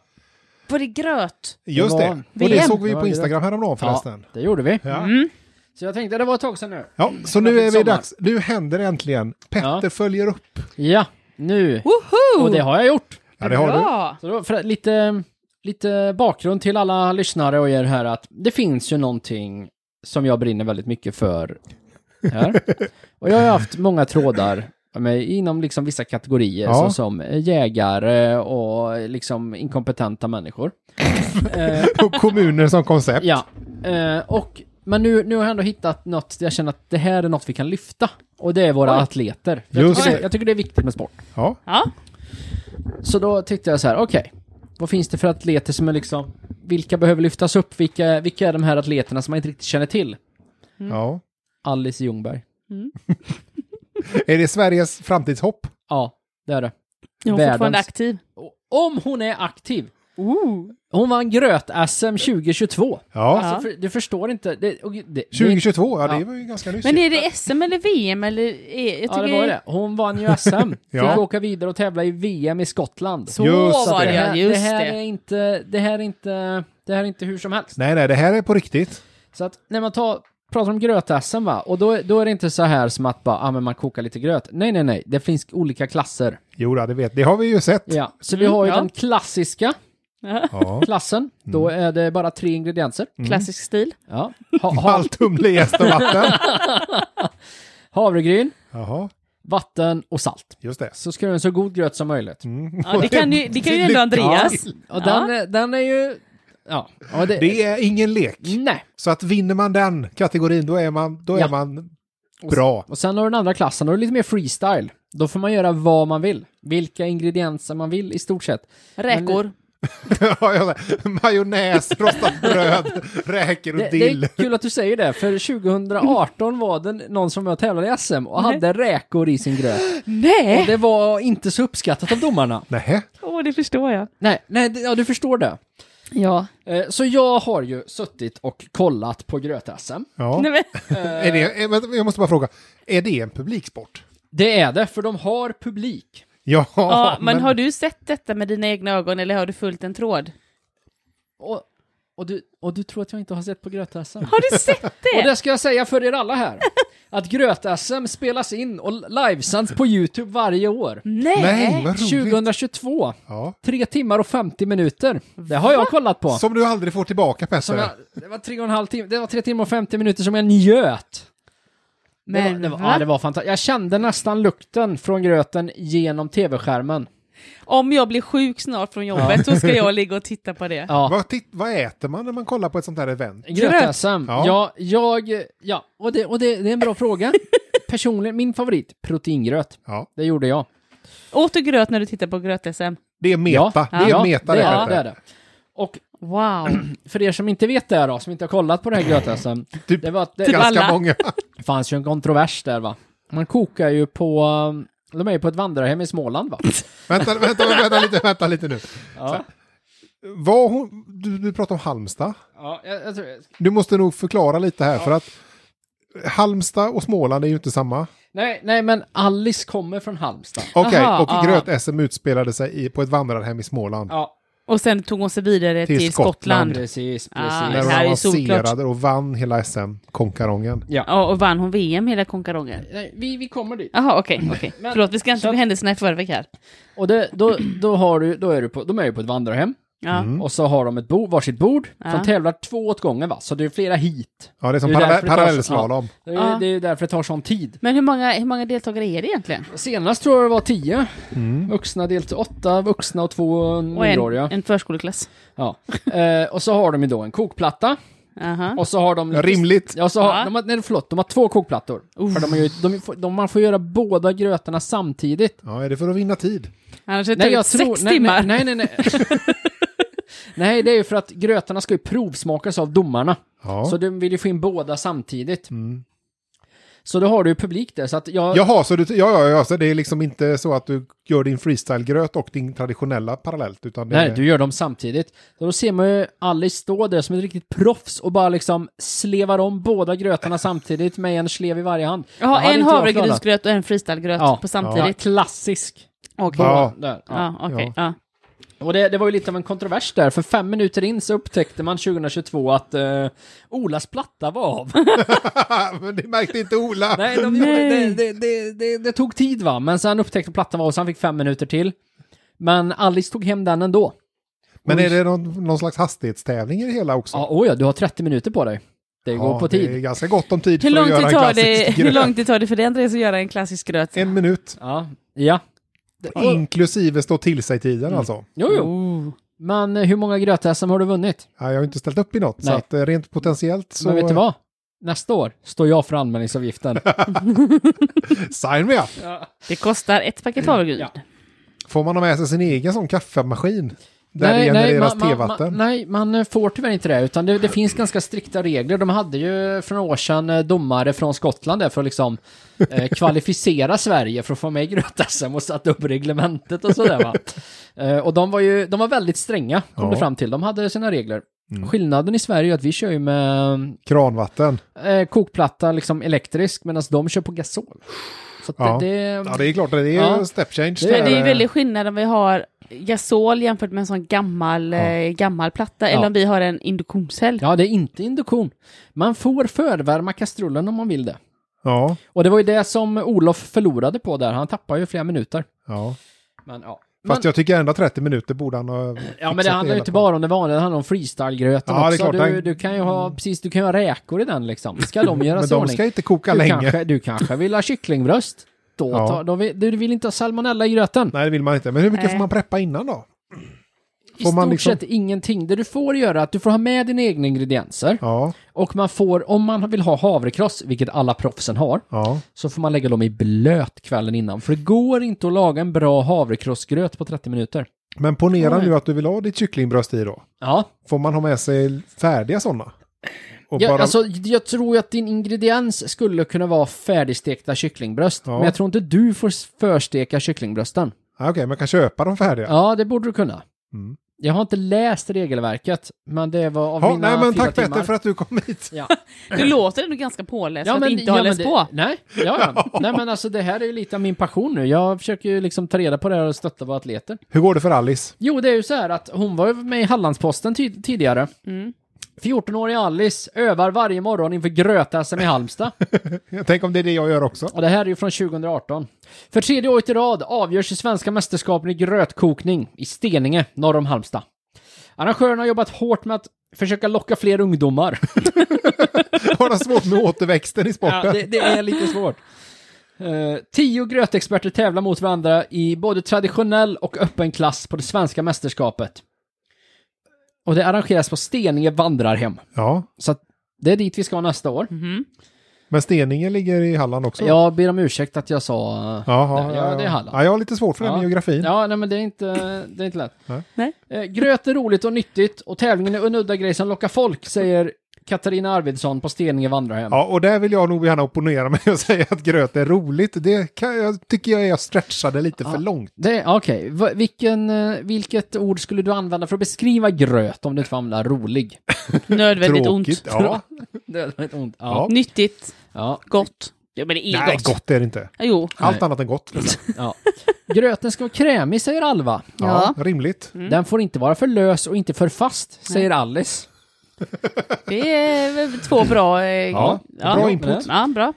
Var det gröt? Just Det det. var- Och det VM. såg vi Det ju var på det. Instagram häromdagen ja, förresten. det gjorde vi. Ja. Mm. Så jag tänkte, det var ett tag sedan nu. Ja, så nu Snart är ett vi sommar. dags. Nu händer det äntligen. Petter Ja. följer upp. Ja, nu. Woho! Oh. Och det har jag gjort. Ja, det har du. Bra. Så då, för, lite, lite bakgrund till alla lyssnare och er här att det finns ju någonting som jag brinner väldigt mycket för här. Och jag har ju haft många trådar med, inom liksom vissa kategorier Ja. så som jägare och liksom inkompetenta människor. Eh, Och kommuner som koncept. Ja, eh, och, men nu, nu har jag ändå hittat något, jag känner att det här är något vi kan lyfta. Och det är våra atleter. Jag Just tycker, det. det. jag tycker det är viktigt med sport. Ja. Ja. Så då tyckte jag så här, okej. vad finns det för atleter som är liksom, vilka behöver lyftas upp? Vilka, vilka är de här atleterna som man inte riktigt känner till? Mm. ja. Alice Ljungberg. Är det Sveriges framtidshopp? Ja, det är det. Är hon Världens- fortfarande aktiv? Och Om hon är aktiv. Ooh. Hon vann gröt-SM 2022. Ja. Alltså, för, du förstår inte. Det, och det, det, 2022, ja, Ja. det var ju ganska nyss. Men är det SM eller VM eller? är- Jag Ja, tycker det var ju det. Hon vann ju SM. Ja. Fick åka vidare och tävla i VM i Skottland. Så Just var det. det, här, ja, just det här det. är inte, det här är inte, det här är inte hur som helst. Nej, nej, det här är på riktigt. Så att när man tar, pratar om gröt-SM va, och då, då är det inte så här som att bara, ah, men man kokar lite gröt. Nej, nej, nej, det finns olika klasser. Jo, då, det vet Det har vi ju sett. Ja, så vi har ju ja. den klassiska Ja. klassen, då är det bara tre ingredienser. Klassisk stil. Ja. Ha, ha, Allt humle, jäst och vatten. havregryn, Jaha, vatten och salt. just det. Så ska du ha en så god gröt som möjligt. Ja, det, kan ju, det kan ju ändå Andreas. Och den, är- den är ju, ja. Och det, Det är ingen lek. Nej. Så att vinner man den kategorin, då är man, då Ja. är man bra. Och sen har du den andra klassen, då är det lite mer freestyle. Då får man göra vad man vill. Vilka ingredienser man vill i stort sett. Räkor. Ja, jag vet. Majonnäs, rostat bröd, räkor och Det, det dill. är kul att du säger det, för 2018 var det någon som var och tävlade i SM och hade räkor i sin gröt. Och Nej! det var inte så uppskattat av domarna. Nähä? Åh, det förstår jag. Nej, nej, det- ja du förstår det. Ja. Eh, Så jag har ju suttit och kollat på gröt-SM. Ja. Nej, men, Är det, är, vänta, jag måste bara fråga, är det en publiksport? Det är det, för de har publik. Ja, ja, men, har du sett detta med dina egna ögon eller har du följt en tråd? Och, och, du, och du tror att jag inte har sett på gröt-SM? Har du sett Och det? det ska jag säga för er alla här. Att gröt-SM spelas in och livesänds på YouTube varje år. Nej! Nej, vad roligt. 2022. Ja. Tre timmar och 50 minuter. Det har jag kollat på. Som du aldrig får tillbaka Som jag, Petter. det var tre och en halv timme, det var tre timmar och 50 minuter som jag njöt. det var, Men det var, va? ja, det var fantastiskt. Jag kände nästan lukten från gröten genom tv-skärmen. Om jag blir sjuk snart från jobbet så ska jag ligga och titta på det. Ja. Vad, titt, vad äter man när man kollar på ett sånt här event? Gröt-SM. Ja. Ja, jag, ja, och, det, och det, det är en bra fråga. Personligen, min favorit, proteingröt. Ja. Det gjorde jag. Åt du gröt när du tittar på gröt-SM? Det är meta. Ja, Det är ja, meta det det, är det. Petter. det, är det. Och Wow. för er som inte vet det här då, som inte har kollat på det här gröt-SM. Typ- det var att det typ Ganska alla. många. fanns ju en kontrovers där va. Man kokar ju på, um, de är ju på ett vandrarhem i Småland va. vänta, vänta, vänta, lite, vänta lite nu. Ja, Vad hon, du, du pratar om Halmstad. ja jag, jag tror, Du måste nog förklara lite här för att Halmstad och Småland är ju inte samma. Nej, nej, men Alice kommer från Halmstad. Okej, Aha, och aha. gröt-SM utspelade sig i, på ett vandrarhem i Småland. Ja, Och sen tog hon sig vidare till, Till Skottland. Skottland. precis, precis. Ah, Där det de här är ju solklart. avancerade och vann hela SM-konkarongen. Ja, och vann hon VM hela konkarongen? Nej, vi, vi kommer dit. Jaha, okej. okej. Men- Förlåt, vi ska inte så- bli händelserna i förväg här. Och det, då, då, har du, då är du på, de är ju på ett vandrarhem. Ja. Mm. Och så har de ett bord, varsitt bord. Ja. De tävlar två åt gången va, så det är flera hit. Ja, det är som Det är parallell, därför det tar- parallellslalom. Det är, Ja. det är därför det tar sån tid. Men hur många, hur många deltagare är det egentligen? Senast tror jag det var tio. Mm. Vuxna deltog, åtta vuxna och två Och en, nioåriga. en förskoleklass. Ja. Eh, och så har de ju då en kokplatta. Aha. Och så har de... Rimligt. Ja, så har, Ja. de har, nej, förlåt, de har två kokplattor. För de har ju, de, får- de, man får göra båda grötarna samtidigt. Ja, är det för att vinna tid? Annars hade det tagit sex nej, timmar. nej, nej, nej, nej. nej, det är ju för att grötarna ska ju provsmakas av domarna. Ja. Så de vill ju få in båda samtidigt. Så då har du ju publik där, så att jag... Jaha, så du, ja, ja, ja, så det är liksom inte så att du gör din freestyle-gröt och din traditionella parallellt, utan det Nej, är... du gör dem samtidigt. Då ser man ju Alice stå där som ett riktigt proffs och bara liksom slevar om båda grötarna samtidigt med en slev i varje hand. Det Jaha, hade en inte jag klarat. havregrynsgröt och en freestylegröt Ja. på Ja, samtidigt. klassisk. Okej. Ja, Ja. Där, ja. okej. Ja. Ja. Och det, det var ju lite av en kontrovers där, för fem minuter in så upptäckte man 2022 att eh, Olas platta var av. Men det märkte inte Ola! Nej, de, Det, det, det, det, det tog tid va, men sen upptäckte plattan var och sen fick fem minuter till. Men Alice tog hem den ändå. Men är det någon, någon slags hastighetstävling i det hela också? Ja, oh ja, du har 30 minuter på dig. Det går på det är tid. ganska gott om tid Hur, för lång att göra tid en tar klassisk det, hur gröt. lång tid tar det för dig Andreas att göra en klassisk gröt? En minut, Ja, ja. Och, inklusive stå till sig-tiden Mm. alltså. jo, jo. Oh. Men eh, hur många gröt-SM har du vunnit? Ja, jag har inte ställt upp i något, så Nej. att, eh, rent potentiellt så... Men vet du vad? Nästa år står jag för anmälningsavgiften. eh, Sign me up! Det kostar ett paket havregryn. Ja. Får man ha med sig sin egen sån kaffemaskin? Där det genereras man- man- tevatten? Man, nej, man eh, får tyvärr inte det, utan det, det finns ganska strikta regler. De hade ju för några år sedan eh, domare från Skottland där för att liksom eh, kvalificera Sverige för att få med i gröt-SM och satte upp reglementet och sådär va. Eh, och de var ju, de var väldigt stränga, kom Ja. Mm. det fram till. De hade sina regler. Skillnaden i Sverige är att vi kör ju med Kranvatten? eh, kokplatta liksom elektrisk, medan de kör på gasol. Så att Ja. det, Ja, det är klart, det är ju Ja. step change. Det- Men det är ju där. väldigt skillnad om vi har gasol jämfört med en sån gammal, eh, gammal platta eller om vi har en induktionshäll. ja, det är inte induktion. Man får förvärma kastrullen om man vill det. Ja, Och det var ju det som Olof förlorade på där. Han tappade ju flera minuter. ja. Men ja. Fast Men, jag tycker ändå 30 minuter borde han ha ja, men det fixat handlar ju hela inte på. bara om det vanliga, det handlar om freestylegröten Ja, det är också. klart, Du, den- Mm. du kan ju ha, precis, du kan ju ha räkor i den liksom. Ska de göra Men så de ordning? ska inte koka du, länge. kanske, du kanske vill ha kycklingbröst? Då Ja. tar, då vill, du vill inte ha salmonella i gröten? Nej, det vill man inte. Men hur mycket Nej. får man preppa innan då? I får stort man liksom- sett ingenting. Det du får göra är att du får ha med dina egna ingredienser. Ja, Och man får, om man vill ha havrekross, vilket alla proffsen har, ja. så får man lägga dem i blöt kvällen innan. För det går inte att laga en bra havrekrossgröt på 30 minuter. Men ponera Oj. nu att du vill ha ditt kycklingbröst i då. Ja, Får man ha med sig färdiga sådana? Och jag, bara... alltså, jag tror ju att din ingrediens skulle kunna vara färdigstekta kycklingbröst. Ja. Men jag tror inte du får s- försteka kycklingbrösten. Ja, Ah, Okej, man kan köpa dem färdiga. Ja, det borde du kunna. Mm. Jag har inte läst regelverket, men det var av Ja, mina nej, men fyra tack timmar. Petter för att du kom hit. Ja. Du låter ändå ganska påläst för att inte ha läst det, på. Nej, ja, ja. nej, men alltså det här är ju lite av min passion nu. Jag försöker ju liksom ta reda på det här och stötta våra atleter. Hur går det för Alice? Jo, det är ju så här att hon var ju med i Hallandsposten ty- tidigare. Mm. 14-åriga Alice övar varje morgon inför gröt-SM i Halmstad. Tänk om det är det jag gör också. Och det här är ju från 2018. För tredje året i rad avgörs de svenska mästerskapen i grötkokning i Steninge, norr om Halmstad. Arrangörerna har jobbat hårt med att försöka locka fler ungdomar. Har de svårt med återväxten i sporten? Ja, det, det är lite svårt. Eh, tio grötexperter tävlar mot varandra i både traditionell och öppen klass på det svenska mästerskapet. Och det arrangeras på Steninge vandrarhem. Ja, Så att det är dit vi ska nästa år. Mhm. men Steninge ligger i Halland också. Jag ber om ursäkt att jag sa... Jaha, Nej, ja, det är Halland. Ja, jag har lite svårt för den Ja. geografin. Ja, nej men det är inte, det är inte lätt. Nej. Eh, gröt är roligt och nyttigt och tävlingen är en udda grej som lockar folk, säger Katarina Arvidsson på Steninge vandrarhem. Ja, och där vill jag nog gärna opponera mig och säga att gröt är roligt. Det kan, jag tycker jag jag stretchade lite Ja. för långt. Det, okej, Va- vilken, eh, vilket ord skulle du använda för att beskriva gröt om du inte får använda rolig? Nödvändigt ont. Ja. Det är ett ont. Ja. Ja. Nyttigt. Ja. Gott. Ja men det är Nej, gott. gott är det inte. Ja, Jo. Allt Nej. annat än gott. Ja, Gröten ska vara krämig, säger Alva. Ja, Ja. rimligt. Den får inte vara för lös och inte för fast, säger Alice. Det är väl två bra... eh, Ja, bra input. Ja, bra.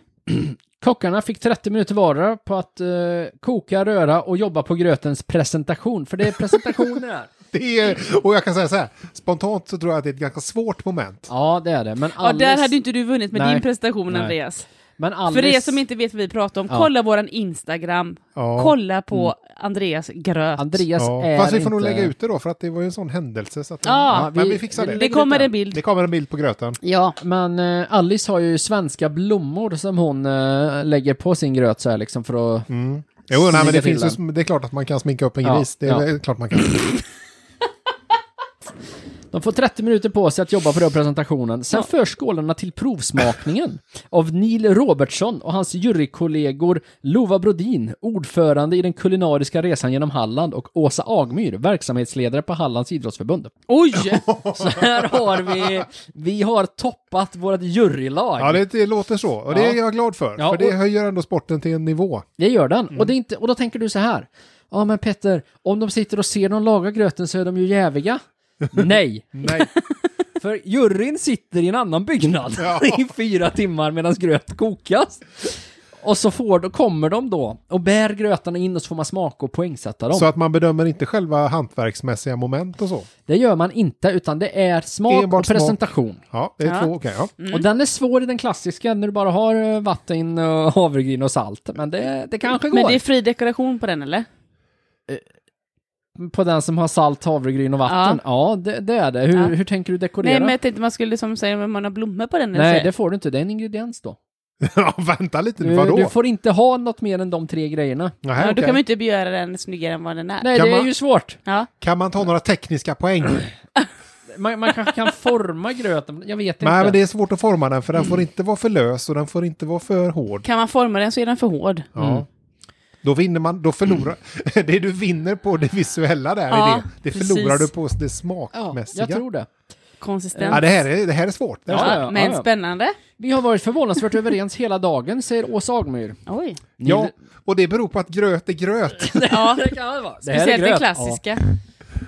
Kockarna fick 30 minuter vara på att eh, koka, röra och jobba på grötens presentation, för det är presentationen här. det är, och jag kan säga så här, spontant så tror jag att det är ett ganska svårt moment. Ja, det är det. Men Ja, Alice... där hade ju inte du vunnit med Nej. din prestation Nej. Andreas. men Alice... För er som inte vet vad vi pratar om, Ja. Mm. kolla våran Instagram. Ja. Kolla på Andreas gröt. Andreas Ja. är Fast vi får nog inte- lägga ut det då, för att det var ju en sån händelse. Så att Ja, men vi- vi fixar det. Det kommer en bild. Det kommer en bild på gröten. Ja. Men eh, Alice har ju svenska blommor som hon eh, lägger på sin gröt så här liksom för att... Mm. Jo, nej, men Snygga det, finns ju, till sm- det är klart att man kan sminka upp en Ja, gris. Det är ja. väl klart man kan. De får 30 minuter på sig att jobba på den här presentationen. Sen förs skålarna till provsmakningen av Neil Robertson och hans jurykollegor Lova Brodin, ordförande i den kulinariska resan genom Halland och Åsa Agmyr, verksamhetsledare på Hallands idrottsförbund. Oj! Så här har vi, vi har toppat vårt jurylag. Ja, det, det låter så. Och det Ja. är jag glad för. Ja, för det och- höjer ändå sporten till en nivå. Det gör den. Mm. Och, det är inte, och då tänker du så här. Ja men Petter, om de sitter och ser någon laga gröten så är de ju jäviga. Nej, Nej. för juryn sitter i en annan byggnad Ja. i fyra timmar medan gröt kokas. Och så får, då kommer de då och bär grötarna in och så får man smaka och poängsätta dem. Så att man bedömer inte själva hantverksmässiga moment och så. Det gör man inte, utan det är smak Enbart och smak. presentation. Ja, det är Ja. två. Okej, ja. Mm. Och den är svår i den klassiska, när du bara har eh, vatten, och havregryn och salt. Men det, det kanske går. Men det är fri dekoration på den eller? På den som har salt, havregryn och vatten? Ja, det, det är det. Hur, Ja. hur tänker du dekorera? Nej men jag tänkte man skulle som säga om man har blommor på den. Nej, eller det så. får du inte. Det är en ingrediens då. ja, vänta lite nu. Du, Vadå? du får inte ha något mer än de tre grejerna. Nähä, ja, Då okej. kan man ju inte göra den snyggare än vad den är. Nej, Kan det är man- ju svårt. Ja. Kan man ta några tekniska poäng? Man, man kanske kan forma gröten. Jag vet inte. Nej, men det är svårt att forma den, för den får inte vara för lös och den får inte vara för hård. Kan man forma den så är den för hård. Ja. Då vinner man, då förlorar... det du vinner på det visuella där, Ja, är det, det precis. förlorar du på det ja, smakmässiga. jag tror det. Konsistens. Ja, det här är, det här är svårt. Det här är Ja, svårt. ja, men ja, ja. spännande. Vi har varit förvånansvärt överens hela dagen, säger Åsa Agmyr. Oj. Ni- Ja, och det beror på att gröt är gröt. Ja, det kan det vara. Det här är speciellt den gröt. klassiska.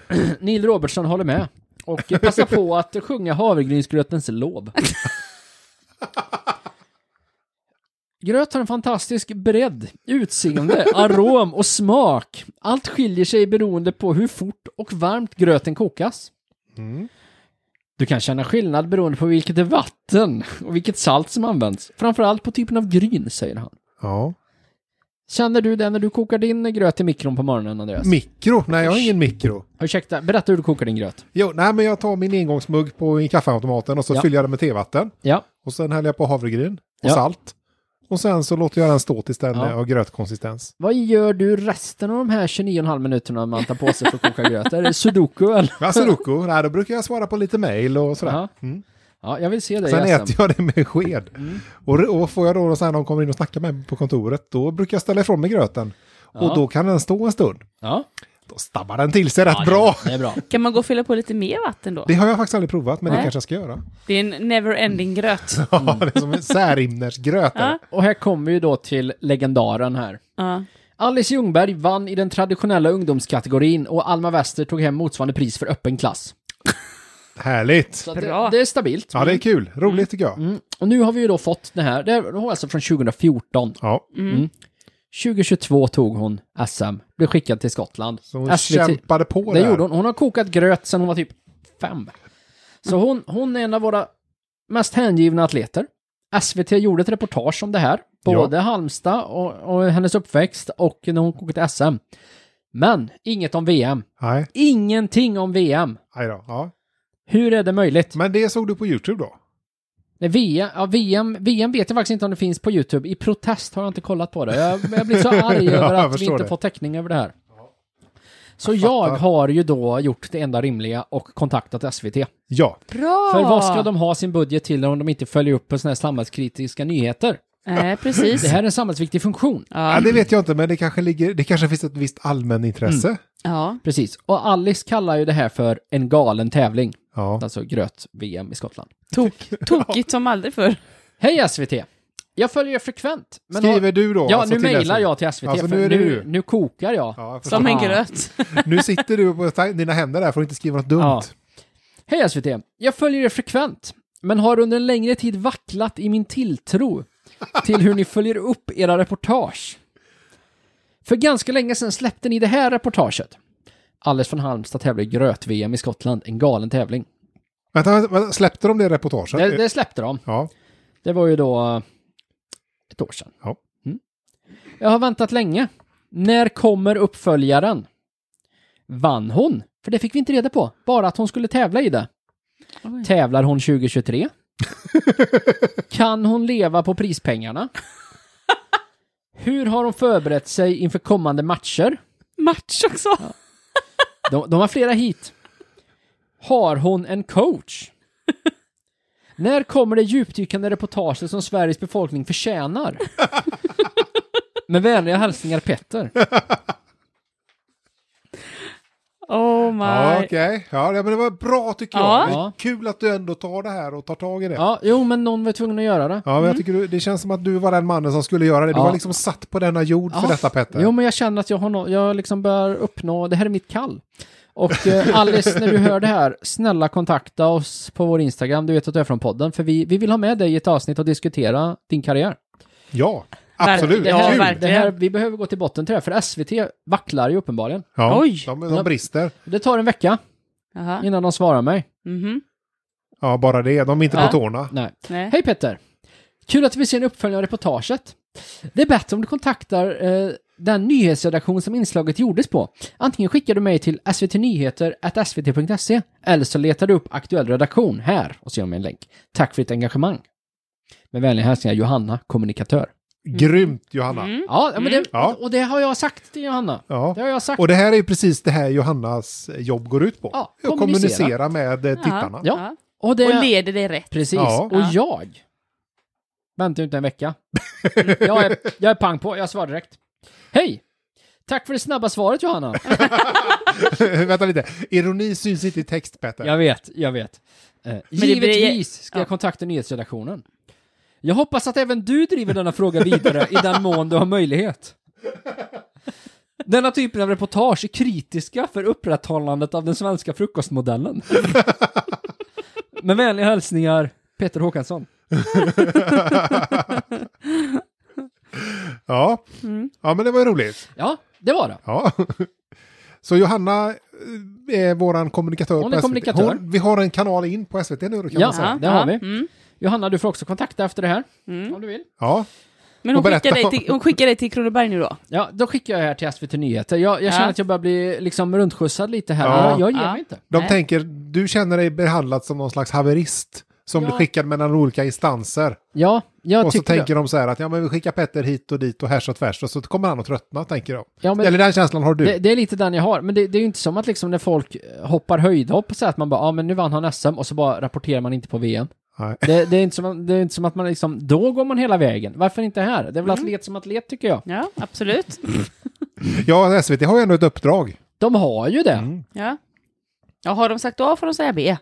Ja. Neil Robertson håller med. Och eh, passa på att sjunga havregrynsgrötens lov. Gröt har en fantastisk bredd, utseende, arom och smak. Allt skiljer sig beroende på hur fort och varmt gröten kokas. Mm. Du kan känna skillnad beroende på vilket är vatten och vilket salt som används. Framförallt på typen av gryn, säger han. Ja. Känner du det när du kokar din gröt i mikron på morgonen, Andreas? Mikro? Nej, jag har ingen mikro. Ursäkta, berätta hur du kokar din gröt. Jo, nej, men jag tar min engångsmugg på i kaffeautomaten och så Ja. fyller jag den med tevatten. Ja. Och sen häller jag på havregryn och Ja. salt. Och sen så låter jag den stå tills den Ja. har grötkonsistens. Vad gör du resten av de här 29,5 minuterna man tar på sig för att koka gröt? Är det sudoku eller? Ja, Sudoku, alltså, nej, då brukar jag svara på lite mejl och sådär. Ja. Mm. Ja, jag vill se dig Sen i äter SM. jag det med sked. Mm. Och, och får jag då, sen någon kommer in och snackar med mig på kontoret, då brukar jag ställa ifrån mig gröten. Ja. Och då kan den stå en stund. Ja. Då stabbar den till sig rätt ja, bra. Det är bra. Kan man gå och fylla på lite mer vatten då? Det har jag faktiskt aldrig provat, men Nej. det kanske jag ska Mm. göra. Det är en never-ending gröt. Ja, det är som en särimnersgröt. Ja. där. Och här kommer vi då till legendaren här. Ja. Alice Ljungberg vann i den traditionella ungdomskategorin och Alma Wester tog hem motsvarande pris för öppen klass. Härligt! Så att Bra. det, det är stabilt. Ja, det är kul. Roligt tycker jag. Mm. Och nu har vi ju då fått det här. Det här var alltså från 2014. Ja, 2022 tog hon SM, blev skickad till Skottland. så hon kämpade på Alltså, Det där. gjorde hon. Hon har kokat gröt sedan hon var typ fem. Så hon, hon är en av våra mest hängivna atleter. SVT gjorde ett reportage om det här. Både Halmstad och, och hennes uppväxt och när hon kokat SM. Men inget om VM. Nej, Ingenting om VM. nej då. Ja. Hur är det möjligt? Men det såg du på YouTube då? Nej, VM, ja, VM, VM vet jag faktiskt inte om det finns på YouTube. I protest har jag inte kollat på det. Jag, jag blir så arg Ja, över jag att vi förstår inte det. får täckning över det här. Så jag fattar. har ju då gjort det enda rimliga och kontaktat SVT. Ja. Bra! För vad ska de ha sin budget till om de inte följer upp på sådana här samhällskritiska nyheter? Nej, precis. Det här är en samhällsviktig funktion. ja, Ja. det vet jag inte, men det kanske, ligger, det kanske finns ett visst allmänintresse. Mm. ja. Precis. Och Alice kallar ju det här för en galen tävling. Ja. Alltså gröt-VM i Skottland. Tok, tokigt som aldrig förr. Hej SVT! Jag följer er frekvent. men har- Skriver du då? Ja, alltså, nu till mejlar SVT? jag till SVT. Alltså, för nu nu, är det nu, du. kokar jag. Ja, jag förstår. Som en Fan. gröt. Nu sitter du på ta- dina händer där för att inte skriva något dumt. Ja. Hej SVT! Jag följer er frekvent, men har under en längre tid vacklat i min tilltro till hur ni följer upp era reportage. För ganska länge sedan släppte ni det här reportaget. Alice från Halmstad tävlar i gröt-VM i Skottland. En galen tävling. Vänta, vänta, vänta, släppte de det reportaget? Det, det släppte de. Ja, Det var ju då eh, ett år sedan. Ja. Mm. Jag har väntat länge. När kommer uppföljaren? Vann hon? För det fick vi inte reda på. Bara att hon skulle tävla i det. Oj. Tävlar hon 2023? kan hon leva på prispengarna? Hur har hon förberett sig inför kommande matcher? Match också! De, de har flera hit. Har hon en coach? När kommer det djupdykande reportaget som Sveriges befolkning förtjänar? Med vänliga hälsningar Petter. Oh my. ja okej. Ja, ja, men det var bra tycker jag. Ja. Det är Ja. kul att du ändå tar det här och tar tag i det. Ja. Ja, jo, men någon var tvungen att göra det. men jag tycker du, det känns som att du var den mannen som skulle göra det. Du Ja. var liksom satt på denna jord för Ja. detta Petter. Jo, men jag känner att jag har nå- jag liksom bör uppnå, det här är mitt kall. Och eh, Alice, när du hör det här, snälla kontakta oss på vår Instagram, du vet att du är från podden, för vi, vi vill ha med dig i ett avsnitt och diskutera din karriär. Ja, absolut. Det Ja, här, kul. verkligen. det här, vi behöver gå till botten till det här, för SVT vacklar ju uppenbarligen. Ja, Oj. De, de brister. Det tar en vecka Jaha. innan de svarar mig. Mhm. Ja, bara det. De är inte Ja. på tårna. Nej. Nej. Hej Petter! Kul att vi ser en uppföljning av reportaget. Det är bättre om du kontaktar eh, den nyhetsredaktion som inslaget gjordes på. Antingen skickar du mig till svtnyheter.svt.se E eller så letar du upp aktuell redaktion här och ser om en länk. Tack för ditt engagemang. Med vänliga hälsningar Johanna, kommunikatör. Grymt Johanna. Mm. Ja, ja, men det, Ja. och det har jag sagt till Johanna. Ja. Det har jag sagt. Och det här är ju precis det här Johannas jobb går ut på. Ja, Att kommunicera. kommunicera med eh, tittarna. Ja. Och det, Och leder det rätt. Precis. Ja. Och Ja. jag väntar ju inte en vecka. Jag är, jag är pang på, jag svarar direkt. Hej! Tack för det snabba svaret Johanna. Vänta lite. Ironi syns inte i text Petter. Jag vet, jag vet. Eh, blir- givetvis ska ja. jag kontakta nyhetsredaktionen. Jag hoppas att även du driver denna fråga vidare i den mån du har möjlighet. Denna typen av reportage är kritiska för upprätthållandet av den svenska frukostmodellen. Med vänliga hälsningar, Peter Håkansson. Ja. Mm. ja, men det var ju roligt. Ja, det var det. Ja. Så Johanna eh, är våran kommunikatör Hon på är SVT. kommunikatör. vi har en kanal in på SVT nu då, kan Ja. man säga. det har vi. Mm. Johanna, du får också kontakta efter det här. Mm. Om du vill. Ja. Men Och hon berätta skickar, dig om- till, hon skickar dig till Kronoberg nu då? Ja, då skickar jag här till SVT Nyheter. Jag, jag känner Ja. att jag börjar bli liksom runtskjutsad lite här. Ja. Jag, jag ger Ja. mig inte. De Nej. tänker, du känner dig behandlad som någon slags haverist som Ja. du skickar mellan olika instanser. Ja, jag och så tycker det. tänker de så här att ja, men vi skickar Petter hit och dit och härs och tvärs och så kommer han att tröttna, tänker de. Ja, men Eller den känslan har du. det, det är lite den jag har. Men det, det är ju inte som att liksom när folk hoppar höjdhopp och säger att man bara, ja ah, men nu vann han SM och så bara rapporterar man inte på VM. Nej. Det, det, är inte som, det är inte som att man liksom, då går man hela vägen. Varför inte här? Det är väl Mm. atlet som atlet tycker jag. Ja, absolut. Ja, SVT har ju ändå ett uppdrag. De har ju det. Mm. Ja. ja, har de sagt A får de säga B.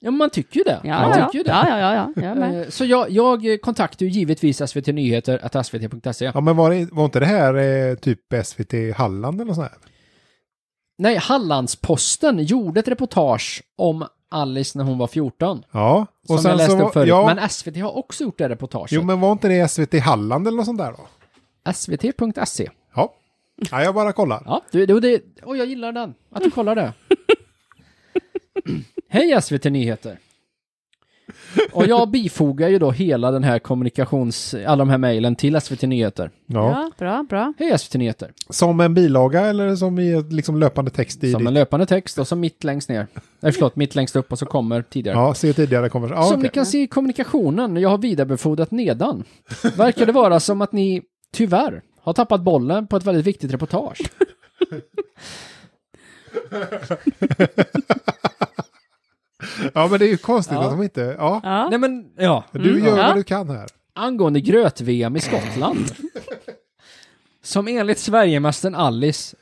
Ja, men man tycker ju det. Ja, man ja, tycker ja, ju det. ja, ja, ja, jag med. Eh, Så jag, jag kontaktar ju givetvis SVT Nyheter, att svt.se. Ja, men var, det, var inte det här eh, typ SVT Halland eller något sånt här? Nej, Hallandsposten gjorde ett reportage om Alice när hon var 14. Ja. Som jag läste var- upp förut. ja, Men SVT har också gjort det reportaget. Jo, men var inte det SVT Halland eller något sånt där då? SVT.se. Ja. ja jag bara kollar. E. Ja, du, du, det, och jag gillar den. Att du kollar det. Hej SVT Nyheter. Och jag bifogar ju då hela den här kommunikations... Alla de här mejlen till SVT Nyheter. Ja. Ja, bra, bra. Hej SVT Nyheter. Som en bilaga eller som i ett, liksom löpande text i Som ditt... en löpande text och som mitt längst ner. Nej, förlåt, mitt längst upp och så kommer tidigare. Ja, se tidigare konversation. Ja, som okej. ni kan se i kommunikationen jag har vidarebefordrat nedan verkar det vara som att ni, tyvärr, har tappat bollen på ett väldigt viktigt reportage. ja, men det är ju konstigt Ja. att de inte... Ja, Ja. Nej men, ja. du Mm, gör ja. vad du kan här. Angående gröt-VM i Skottland. som enligt Sverigemästaren Alice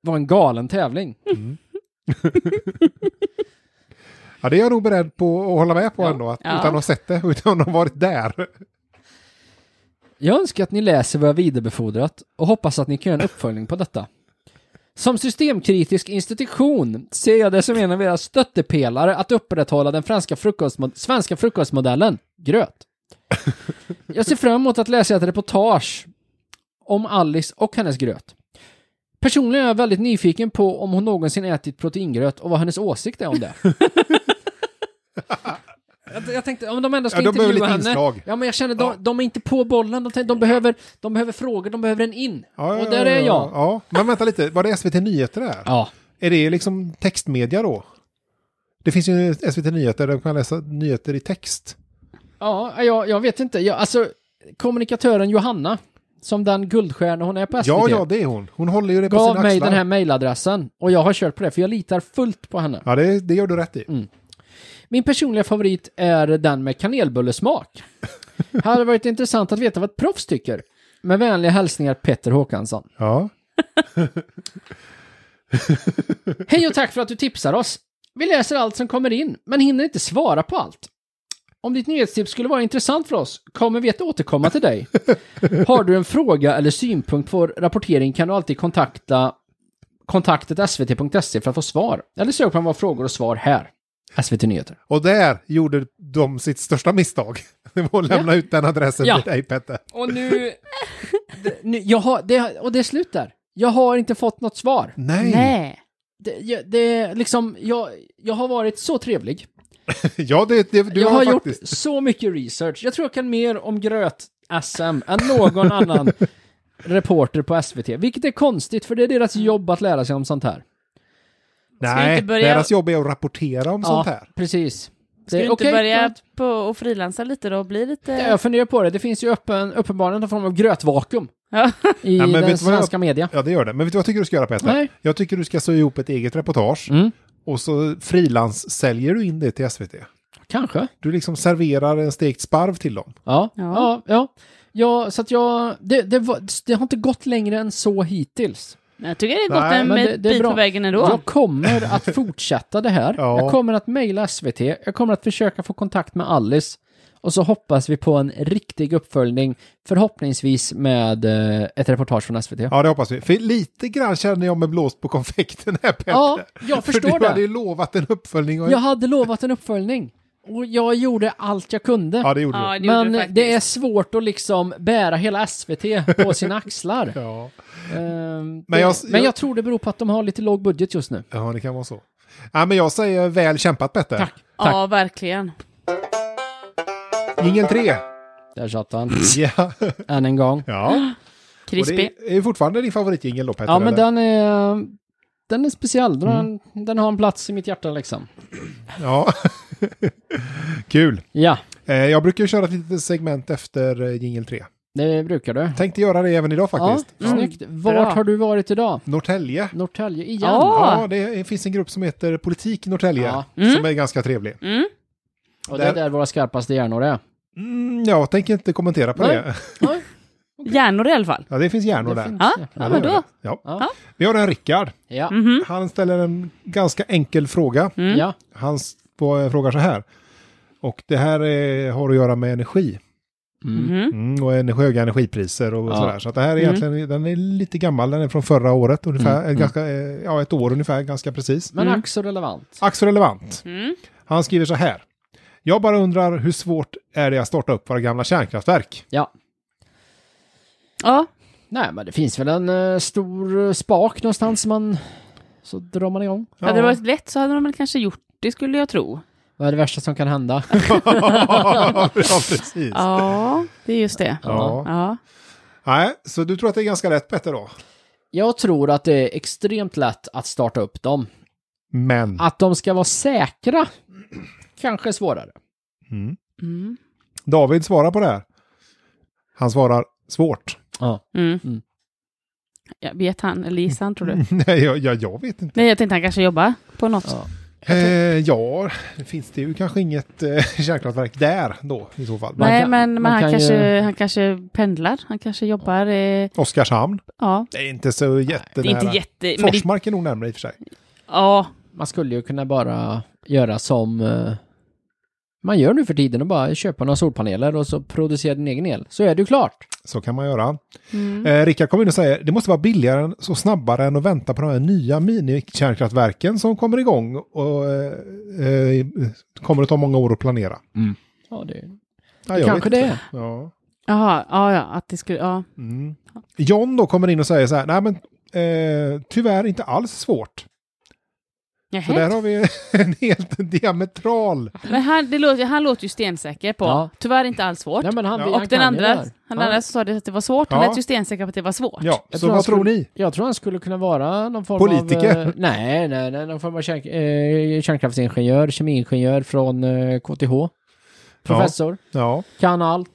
var en galen tävling. Ja, det är jag nog beredd på att hålla med på ändå. Att, Ja. Utan att ha sett det, utan att ha varit där. Jag önskar att ni läser vad jag vidarebefordrat och hoppas att ni kan göra en uppföljning på detta. Som systemkritisk institution ser jag det som en av era stöttepelare att upprätthålla den franska frukostmod- svenska frukostmodellen, gröt. Jag ser fram emot att läsa ett reportage om Alice och hennes gröt. Personligen är jag väldigt nyfiken på om hon någonsin ätit proteingröt och vad hennes åsikt är om det. jag, jag tänkte, om de ändå ska Ja, de behöver intervjua lite henne. inslag. Ja, men jag känner, de, Ja. de är inte på bollen. De, tänk- de, behöver, de behöver frågor, de behöver en in. Ja, ja, och där ja, är Ja, jag. ja. Men vänta lite, var det SVT Nyheter där? Ja. Är det liksom textmedia då? Det finns ju SVT Nyheter där man kan läsa nyheter i text. Ja, jag, jag vet inte. Jag, alltså, kommunikatören Johanna, som den guldstjärna hon är på SVT, Ja, ja, det är hon. Hon håller ju det på sina gav mig axlar. den här mejladressen. Och jag har kört på det, för jag litar fullt på henne. Ja, det, det gör du rätt i. Min personliga favorit är den med kanelbullesmak. hade varit intressant att veta vad ett proffs tycker. Med vänliga hälsningar Petter Håkansson. Ja. Hej och tack för att du tipsar oss. Vi läser allt som kommer in, men hinner inte svara på allt. Om ditt nyhetstips skulle vara intressant för oss kommer vi att återkomma till dig. Har du en fråga eller synpunkt på vår rapportering kan du alltid kontakta kontaktet svt.se E för att få svar. Eller sök på våra frågor och svar här. SVT Nyheter. Och där gjorde de sitt största misstag. Det var att lämna ut den adressen Ja. till dig, Petter. Och nu... det, nu jag har, det, och det är slut där. Jag har inte fått något svar. Nej. Nej. Det, jag, det, liksom, jag, jag har varit så trevlig. Ja, det, det, du jag har, har, faktiskt... gjort så mycket research. Jag tror jag kan mer om gröt-SM än någon annan reporter på SVT. Vilket är konstigt, för det är Mm. deras jobb att lära sig om sånt här. vi Nej, inte börja- deras jobb är att rapportera om sånt här. precis. Det, Ska du inte okej, börja gröt- på och frilansa lite då och bli lite... Ja, Jag funderar på det. Det finns ju öppen, uppenbarligen någon form av grötvakuum Ja. i men vet du den vad jag- svenska media. Ja, det gör det. Men vet du vad jag tycker du ska göra, Petter? Nej. Jag tycker du ska sy ihop ett eget reportage Mm. och så frilans säljer du in det till SVT. Kanske. Du liksom serverar en stekt sparv till dem. Ja, ja, Ja. ja. Ja, så att jag... Det, det, var, det har inte gått längre än så hittills. Eh, Men Jag tycker det har gått Nej, en men det- bit det är bra. på vägen ändå. Jag kommer att fortsätta det här. Ja. Jag kommer att mejla SVT. Jag kommer att försöka få kontakt med Alice. Och så hoppas vi på en riktig uppföljning, förhoppningsvis med eh, ett reportage från SVT. Ja, det hoppas vi. För lite grann känner jag mig blåst på konfekten här, Petter. Ja, jag För förstår du hade ju det. lovat en uppföljning. Och... Jag hade lovat en uppföljning. Och jag gjorde allt jag kunde. Ja, det gjorde Ja, det gjorde Men du det är faktiskt. svårt att liksom bära hela SVT på sina axlar. du. Ja. Ehm, Men men, jag- jag, men jag tror det beror på att de har lite låg budget just nu. ja, det kan vara så. Ja, men jag säger väl kämpat, Petter. Tack. Tack. Ja, verkligen. Jingel 3. Där satt han. Ja. Än en gång. ja. Och Krispig. det är ju fortfarande din favoritjingel då, Petter. Ja, men eller? den är, den är speciell. Den, Mm. den har en plats i mitt hjärta liksom. Ja. Kul. Ja, Eh, Jag brukar ju köra ett litet segment efter eh, jingel 3. det brukar du. Tänkte göra det även idag faktiskt. Mm. Ja, Mm. snyggt. Vart Bra. har du varit idag? Norrtälje. Norrtälje igen? Ja. Ja, det finns en grupp som heter Politik Norrtälje, Ja. Mm. som är ganska trevlig. Mm. Och det är Där- där våra skarpaste hjärnor är. Mm, jag tänker inte kommentera på Nej. det. Ja, Hjärnor i alla fall. Ja, det finns hjärnor det där. finns- Ja, Ja, ja det gör men då. Mhm. det. Ja. Ja. Mm. Vi har en Rickard. ja. Han ställer en ganska enkel fråga. ja. Han s- på- eh, frågar så här. Och det här eh, har att göra med energi. Mhm. Mm, och en, höga energipriser och Ja. Mm. sådär. Så att det här är egentligen, den är lite gammal. Den är från förra året ungefär. eh, Ganska, eh, ja, ett år ungefär, ganska precis. Men ack så relevant. Ax relevant. Mm. Han skriver så här. Jag bara undrar hur svårt är det att starta upp våra gamla kärnkraftverk? Ja. Ja, Nej, men det finns väl en eh, stor eh, spak någonstans man... Så drar man igång. hade det varit lätt så hade de väl kanske gjort det skulle jag tro. Vad är det värsta som kan hända? ja, precis. Ja, det är just det. Ja. Ja. Nej, så du tror att det är ganska lätt Petter då? Jag tror att det är extremt lätt att starta upp dem. Ah. Men. Att de ska vara säkra kanske är svårare. Mm. Mm. David svarar på det här. Han svarar svårt. Ja. Mm. Mm. Ja, vet han, eller gissar han tror du? Nej, jag, jag, jag vet inte. Nej, jag tänkte han kanske jobbar på något. Ja. Eh, ja, det finns det ju kanske inget eh, kärnkraftverk där då i så fall. Man Nej, kan- men, men man han, kan kanske, ju- han kanske pendlar. Han kanske jobbar. Eh, Oskarshamn. ja, Det är inte så jättenära. det är inte jätte... Men det, Forsmark är nog närmare i och för sig. ja, Man skulle ju kunna bara göra som eh, man gör nu för tiden och bara köpa några solpaneler och så producera din egen el. Så är det ju klart. Så kan man göra. Mm. Eh, Rickard kommer in och säger det måste vara billigare än- och snabbare än att vänta på de här nya minikärnkraftverken som kommer igång och eh, eh, kommer att ta många år att planera. Ja, det, Ja, det jag kanske vet det inte. är. Ja. Jaha, ja, ja, att det skulle, ja. Mm. John då kommer in och säger så här, nej men eh, tyvärr inte alls svårt. Så där Nähä. har vi en helt diametral. Men han, det låter, han låter ju stensäker på, Ja. tyvärr inte alls svårt. Nej, men han, Ja. han men och kan den ju det andra, här. han Ja. andra som sa det att det var svårt, han Ja. lät ju stensäker på att det var svårt. Ja, Jag så tror han vad tror skulle- ni? Jag tror han skulle kunna vara någon form av... Politiker. eh, Nej, nej, nej, någon form av kärn, eh, kärnkraftsingenjör, kemiingenjör från eh, KTH. Professor, Ja, kan allt.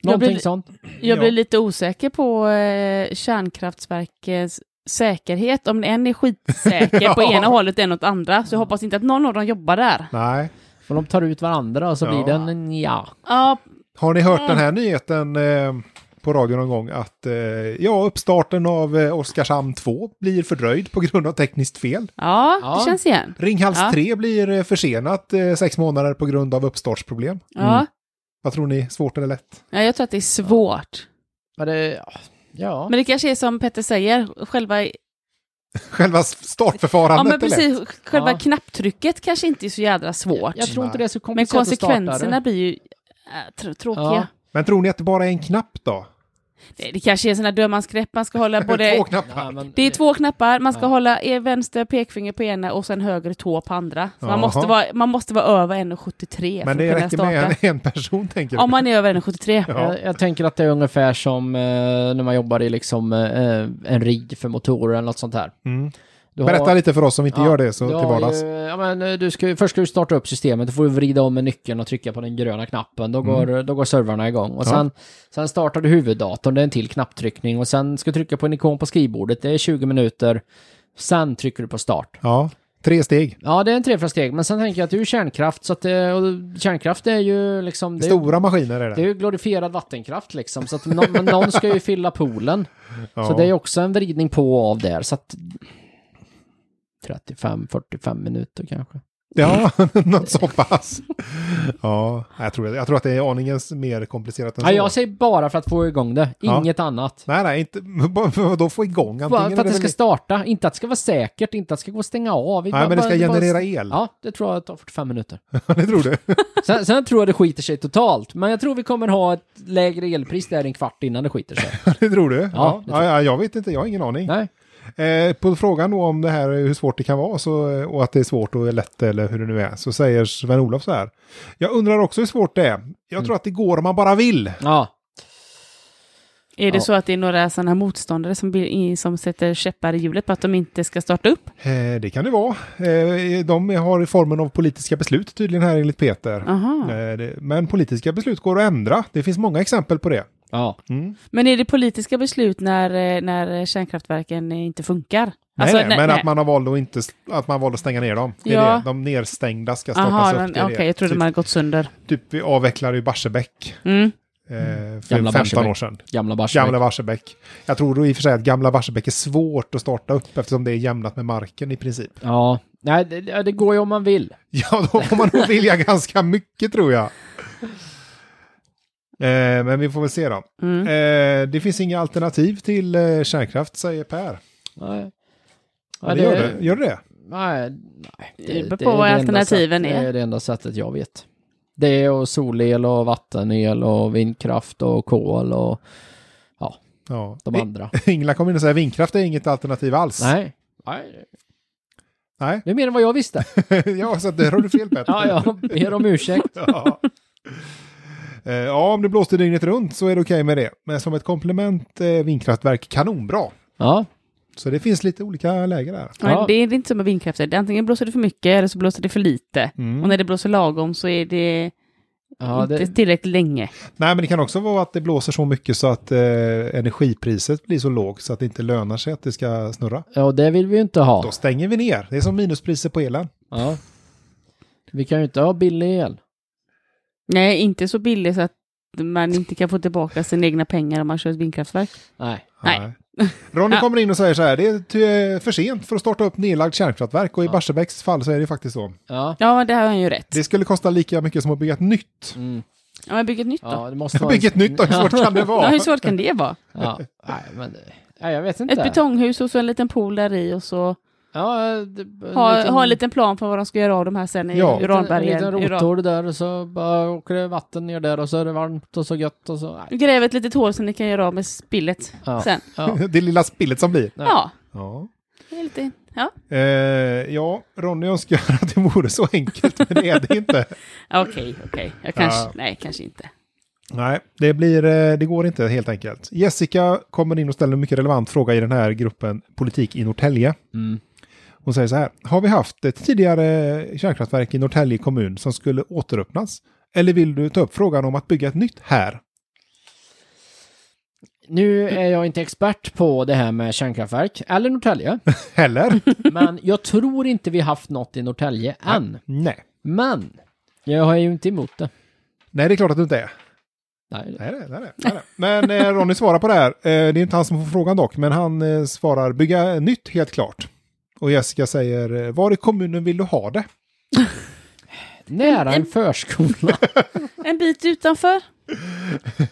Jag Någonting blir- sånt. Jag blir Ja. lite osäker på eh, kärnkraftverkens säkerhet, om en är skitsäker på Ja. ena hållet en åt andra. Så jag hoppas inte att någon av dem jobbar där. nej. Och de tar ut varandra och så Ja. blir den en ja. Ja, Har ni hört Mm. den här nyheten eh, på radio någon gång? Att eh, ja, uppstarten av eh, Oskarshamn 2 blir fördröjd på grund av tekniskt fel. ja, Ja. det känns igen. Ringhals Ja. 3 blir eh, försenat eh, sex månader på grund av uppstartsproblem. Ja. Vad tror ni, svårt eller lätt? ja, jag tror att det är svårt. Ja, det, ja. Men det kanske är som Petter säger, själva, Själva s- startförfarandet ja, men är lätt. precis, själva Ja. knapptrycket kanske inte är så jädra svårt. jag tror inte det är så men komplicerat att starta det. konsekvenserna blir ju äh, tr- tråkiga. Ja. Men tror ni att det bara är en knapp då? Det, det kanske är sådana dödmansgrepp, man ska hålla Två både... knappar? Ja, men- Det är två knappar, man ska Ja. hålla er vänster pekfinger på ena och sen höger tå på andra. Så man, Jaha. måste vara, man måste vara över 1,73 Men för det att kunna räcker med starta. en, en person tänker Om du? man är över 1,73. Ja. Jag, jag tänker att det är ungefär som eh, när man jobbar i liksom eh, en rigg för motorer eller något sånt här. Mm. Du har- Berätta lite för oss som inte Ja, gör det så du till har vardags. ju- Ja, men, eh, du ska, ju- först ska du starta upp systemet, då får du vrida om med nyckeln och trycka på den gröna knappen. Då, går, då går servrarna igång. Och Mm. Ja. sen, sen startar du huvuddatorn, det är en till knapptryckning. Och sen ska du trycka på en ikon på skrivbordet, det är 20 minuter. Sen trycker du på start. Ja, tre steg. Ja, det är en trefra steg, men sen tänker jag att det är ju kärnkraft, så att det, och kärnkraft är ju liksom... Det är, ju- Stora maskiner är det. det är ju glorifierad vattenkraft liksom, så att någon, men någon ska ju fylla poolen. ja. Så det är ju också en vridning på och av där, så att... 35-45 minuter kanske. Ja, något så pass. Ja, jag tror, jag tror att det är aningens mer komplicerat än Ja, så. jag säger bara för att få igång det, Ja. inget annat. Nej, nej, inte, då få igång antingen. Bara för att är det det ska väl- starta, inte att det ska vara säkert, inte att det ska gå att stänga av. Vi bara- Nej, men det ska bara- generera bara... el. Ja, det tror jag tar 45 minuter. det tror du. Sen, sen tror jag det skiter sig totalt, men jag tror vi kommer ha ett lägre elpris där en kvart innan det skiter sig. det tror du. Ja, Ja, ja, det tror ja, jag vet inte, jag har ingen aning. Nej. Eh, på frågan då om det här, hur svårt det kan vara så, och att det är svårt och är lätt eller hur det nu är, så säger Sven-Olof så här. Jag undrar också hur svårt det är. Jag Mm. tror att det går om man bara vill. Ja, Är det Ja. så att det är några sådana här motståndare som, blir, som sätter käppar i hjulet på att de inte ska starta upp? Eh, det kan det vara. Eh, de har formen av politiska beslut tydligen här enligt Peter. Aha. Eh, det- Men politiska beslut går att ändra. Det finns många exempel på det. ja. Mm. Men är det politiska beslut när, eh, när kärnkraftverken eh, inte funkar? Nej, Alltså, nej, men nej. att man har valt att, inte, att man valde att stänga ner dem. Det är Ja. det. De nerstängda ska startas Aha, upp. men- Det är okej, det. jag trodde typ, man hade gått sönder. typ vi avvecklade ju Barsebäck Mm. eh, för 15 Gamla Barsebäck. år sedan. Gamla Barsebäck. Gamla Barsebäck. Jag tror då i och för sig att gamla Barsebäck är svårt att starta upp eftersom det är jämnat med marken i princip. Ja. Nej, det, ja, det går ju om man vill. Ja, då får man nog vilja ganska mycket tror jag. Eh, men vi får väl se då. Mm. Eh, det finns inga alternativ till eh, kärnkraft säger Per. Nej. Ja, Ja, det gör, det. gör det det? Nej, nej. Det beror på vad enda alternativen sätt- är. Det är det enda sättet jag vet. Det är och solel och vattenel och vindkraft och kol och Ja. de I- andra. Ingla kom in och sa vindkraft är inget alternativ alls. Nej. Nej. Nej. Det är mer än vad jag visste. ja, så att där har du fel Petter. Ja, ja. Ber om ursäkt. ja. Eh, ja, om det blåste dygnet runt så är det okej med det. Men som ett komplement eh, vindkraftverk kanonbra. Ja. Så det finns lite olika läger där. Men Ja. det är inte som med vindkraft, det är antingen blåser det för mycket eller så blåser det för lite. Mm. Och när det blåser lagom så är det ja inte det, tillräckligt länge. Nej, men det kan också vara att det blåser så mycket så att eh, energipriset blir så lågt så att det inte lönar sig att det ska snurra. ja, det vill vi ju inte Då ha. stänger vi ner. Det är som minuspriser på elen. Ja. Vi kan ju inte ha billig el. Nej, inte så billigt så att man inte kan få tillbaka sina egna pengar om man kör ett vindkraftverk. Nej. Nej. Ronny Ja. kommer in och säger så här, det är ty- för sent för att starta upp nedlagt kärnkraftverk och i Barsebäcks fall så är det faktiskt så. Ja. Ja, men det har han ju rätt. Det skulle kosta lika mycket som att bygga ett nytt. Mm. Ja, men bygg ett nytt då. Ja. Ja, det måste vara... Bygga ett nytt då, hur svårt kan det hur vara? svårt kan det vara? Ja. Nej, men... det- Nej, jag vet inte. Ett betonghus och så en liten pool där i och så Ja, det, ha, ha en liten plan för vad de ska göra av de här sen i Ja. uranbergen. eh, En liten Uran- rotor där och så bara åker det vatten ner där och så är det varmt och så gött och så... Nej. Gräv ett litet hål som ni kan göra av med spillet Ja. sen. Ja. Det lilla spillet som blir. Ja, Ja. Det är lite, ja. Eh, ja, Ronny önskar att det vore så enkelt, men det är det inte. Okej, okej. Jag kanske, Ja. nej, kanske inte. Nej, det, blir, eh, det går inte helt enkelt. Jessica kommer in och ställer en mycket relevant fråga i den här gruppen Politik i Norrtälje. Mm. Hon säger så här. Har vi haft ett tidigare kärnkraftverk i Norrtälje kommun som skulle återöppnas? Eller vill du ta upp frågan om att bygga ett nytt här? Nu är jag inte expert på det här med kärnkraftverk, eller Norrtälje, Heller? men jag tror inte vi haft något i Norrtälje än. Nej. Men, jag har ju inte emot det. Nej, det är klart att du inte är. Nej. Nej, det är det. det, är det. Men eh, Ronny svarar på det här. Eh, det är inte han som får frågan dock, men han eh, svarar bygga nytt helt klart. Och Jessica säger, eh, var i kommunen vill du ha det? Nära en förskola. En bit utanför?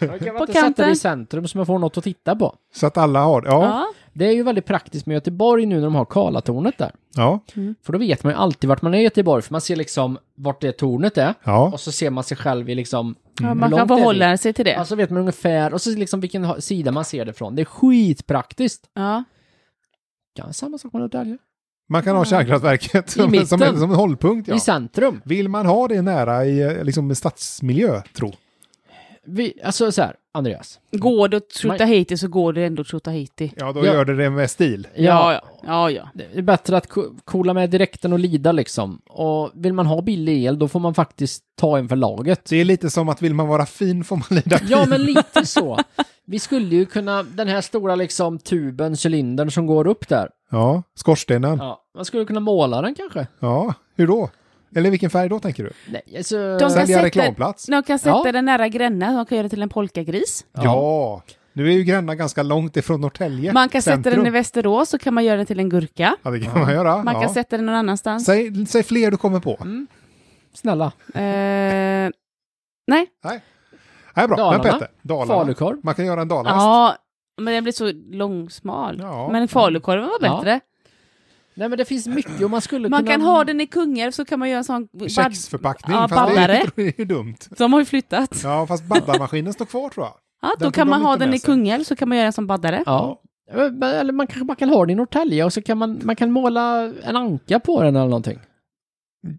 Jag kan inte På sätta det kanten. i centrum så man får något att titta på. Så att alla har det. Ja. Ja. Det är ju väldigt praktiskt med Göteborg nu när de har Karlatornet där. Ja. För då vet man ju alltid vart man är i Göteborg, för man ser liksom vart det tornet är. ja. Och så ser man sig själv i liksom... ja. Hur Man kan långt är det? förhålla sig till det. Alltså vet man ungefär, och så liksom vilken ha- sida man ser det från. Det är skitpraktiskt. ja. Kan samma sak med Norrtälje. Man kan ha kärnkraftverket som, mitten. som, en- som en hållpunkt. Ja. I centrum. Vill man ha det nära i eh, liksom, stadsmiljö, tro? Vi, alltså så här, Andreas. Går det att tjota Man- hit det så går det ändå att tjota hit det. Ja, då Ja. gör det det med stil. Ja, ja. ja, ja. Det är bättre att ko- coola med direkten och lida liksom. Och vill man ha billig el, då får man faktiskt ta en för laget. Det är lite som att vill man vara fin får man lida. Ja, men lite så. Vi skulle ju kunna, den här stora liksom tuben, cylindern som går upp där. Ja, skorstenen. Ja. Ja, man skulle kunna måla den kanske. hur då? Eller vilken färg då tänker du? Nej, alltså... De kan Sälja sätta- reklamplats? De kan sätta Ja. den nära Gränna, de kan göra det till en polkagris. Ja. Nu är ju Gränna ganska långt ifrån Norrtälje. Man kan sätta den i centrum. Västerås, så kan man göra den till en gurka. Ja, det kan man göra. Man ja. kan sätta den Mm. någon annanstans. säg, säg fler du kommer på. Snälla. Eh, nej, Nej, bra. Dalarna. Men Petter, Dalarna. Falukorv. Man kan göra en dalahäst. ja, men den blir så långsmal. Ja. Men falukorven var Ja. bättre. Nej, men det finns mycket och man skulle Man kunna... kan ha den i Kungälv, så kan man göra en sån... Bad... Kexförpackning. Ja, fast det är, baddare. det är ju dumt. De har ju flyttat. Ja, fast baddarmaskinen står kvar tror jag. Ja, Den då tog kan de man ha inte den med i sig. Kungälv, så kan man göra en som baddare. Ja. Men- Eller man kanske bara kan ha den i Norrtälje och så kan man, man kan måla en anka på den eller någonting.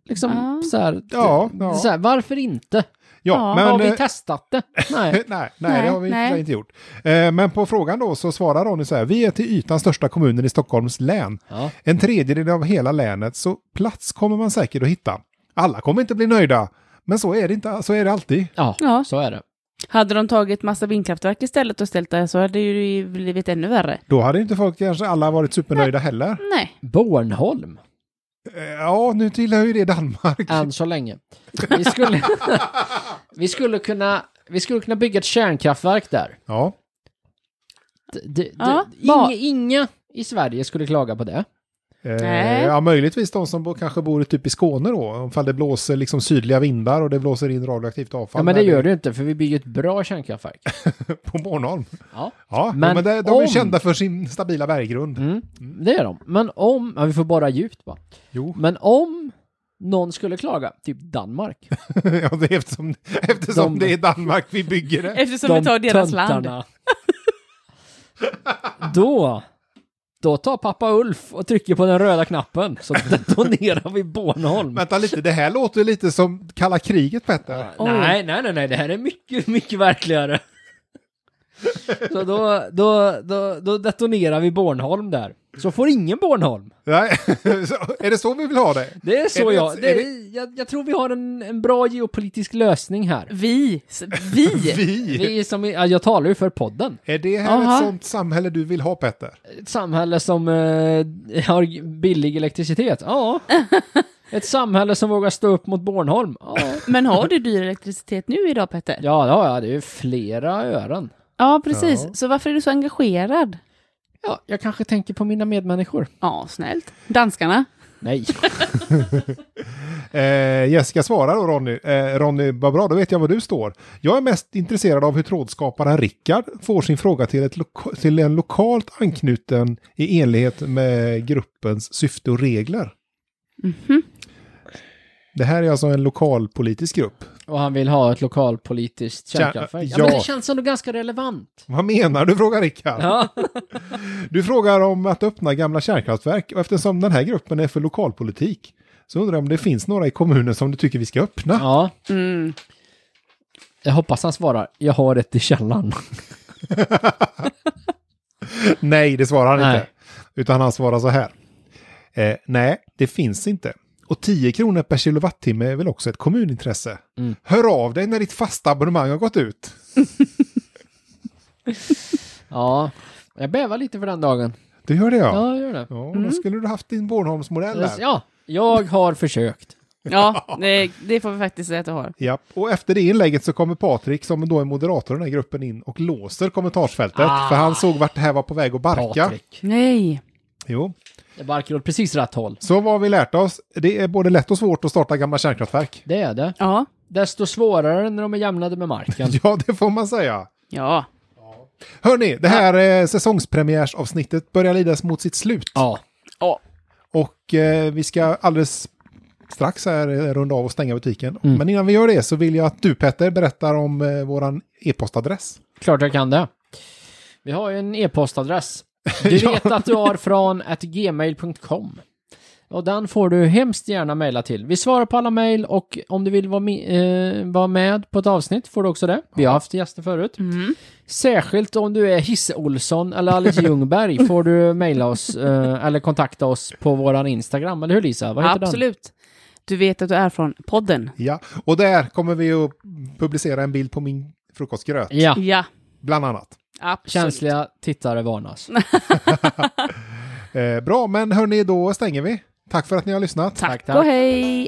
Liksom Ja. så här, Ja, ja. Så här, varför inte? Ja, Ja, men... har vi eh, testat det? Nej. Nej, nej, Nej, det har vi nej. nej. inte gjort. Eh, men på frågan då så svarar Ronny så här. Vi är till ytan största kommunen i Stockholms län. Ja. En tredjedel av hela länet, så plats kommer man säkert att hitta. Alla kommer inte bli nöjda, men så är det, inte, så är det alltid. Ja, Ja. så är det. Hade de tagit massa vindkraftverk istället och ställt där så hade det ju blivit ännu värre. Då hade inte folk kanske alla varit supernöjda heller. Nej. Bornholm, Eh, Ja, nu tillhör ju det Danmark. än så länge. Vi skulle, vi skulle, kunna, vi skulle kunna bygga ett kärnkraftverk där. Ja, D- d- d- Ja, inga, vad- inga i Sverige skulle klaga på det. eh, Nej. ja möjligtvis de som bo, kanske bor typ i Skåne då. Ifall det blåser liksom sydliga vindar och det blåser in radioaktivt avfall. Ja, men det där gör det ju inte, för vi bygger ett bra kärnkraftverk. På Bornholm. Ja. Ja, men, Men men det, de är om- kända för sin stabila berggrund. Mm, det är de. Men om, ja, vi får bara djupt va? Jo. Men om någon skulle klaga, typ Danmark. Ja, det är eftersom, eftersom De- det är Danmark vi bygger det. Eftersom vi tar deras land. då, då tar pappa Ulf och trycker på den röda knappen så detonerar vi Bornholm. Vänta lite, det här låter lite som kalla kriget Petter. Nej, nej, nej, nej, det här är mycket, mycket verkligare. Så då, då, då, då detonerar vi Bornholm där. Så får ingen Bornholm. Nej. Så, är det så vi vill ha det? Det är Är så det- jag, det, är är jag... Jag tror vi har en, en bra geopolitisk lösning här. Vi. S- Vi. Vi? Vi som, ja, jag talar ju för podden. Är det här Aha. ett sånt samhälle du vill ha Petter? Ett samhälle som eh, har billig elektricitet? Ja. Ett samhälle som vågar stå upp mot Bornholm? Ja. Men har du dyr elektricitet nu idag Petter? Ja, Ja, ja, ja, det är ju flera ören. precis. Ja. Så varför är du så engagerad? Ja, jag kanske tänker på mina medmänniskor. Ja, snällt. Danskarna? Nej. Eh, Jessica svarar då Ronny. Eh, Ronny, vad bra, då vet jag var du står. Jag är mest intresserad av hur trådskaparen Rickard får sin fråga till, ett loka- till en lokalt anknuten i enlighet med gruppens syfte Mhm. och regler. Det här är alltså en lokalpolitisk grupp. Och han vill ha ett lokalpolitiskt kärnkraftverk. Ja, ja. men det känns ändå ganska relevant. Vad menar du, frågar Rickard. Ja. Du frågar om att öppna gamla kärnkraftverk och eftersom den här gruppen är för lokalpolitik så undrar jag om det finns några i kommunen som du tycker vi ska öppna. ja. Mm. Jag hoppas han svarar. Jag har ett i källaren. Nej, det svarar han Nej. inte. Utan han svarar så här. Eh, nej, det finns inte. Och 10 kronor per kilowattimme är väl också ett kommunintresse. Mm. Hör av dig när ditt fasta abonnemang har gått ut. Ja. Jag bävar lite för den dagen. Du gör det ja. Ja, Ja, jag gör det. och då skulle du haft din Bornholmsmodell där. Ja, jag har försökt. Ja, det, det får vi faktiskt säga att du har. Ja, och efter det inlägget så kommer Patrik, som då är moderator i den här gruppen, in och låser kommentarsfältet. Ah. För han såg vart det här var på väg att barka. Patrik. Nej. Jo. Jag barkar åt precis rätt håll. Så vad har vi lärt oss? Det är både lätt och svårt att starta gamla kärnkraftverk. Det är det. Ja. Desto svårare när de är jämnade med marken. Ja, det får man säga. Ja. Hörni, det här eh, säsongspremiärsavsnittet börjar lidas mot sitt slut. Ja. Ja. Och eh, vi ska alldeles strax här eh, runda av och stänga butiken. Men innan vi gör det så vill jag att du Petter berättar om eh, våran e-postadress. Klart jag kan det. Vi har ju en e-postadress. Du Ja. vet att du har från at gmail.com. Och den får du hemskt gärna mejla till. Vi svarar på alla mejl och om du vill vara med, eh, vara med på ett avsnitt får du också det. Vi har haft gäster förut. Mm. Särskilt om du är Hisse-Olsson eller Alice Ljungberg får du mejla oss eh, eller kontakta oss på våran Instagram. Eller hur Lisa? Vad heter Absolut. Du vet att du är från podden. Ja, och där kommer vi att publicera en bild på min frukostgröt, den? Ja. Ja, bland annat. absolut. Känsliga tittare varnas. Eh, bra, men hörni, då stänger vi. Tack för att ni har lyssnat. Tack, tack. och hej.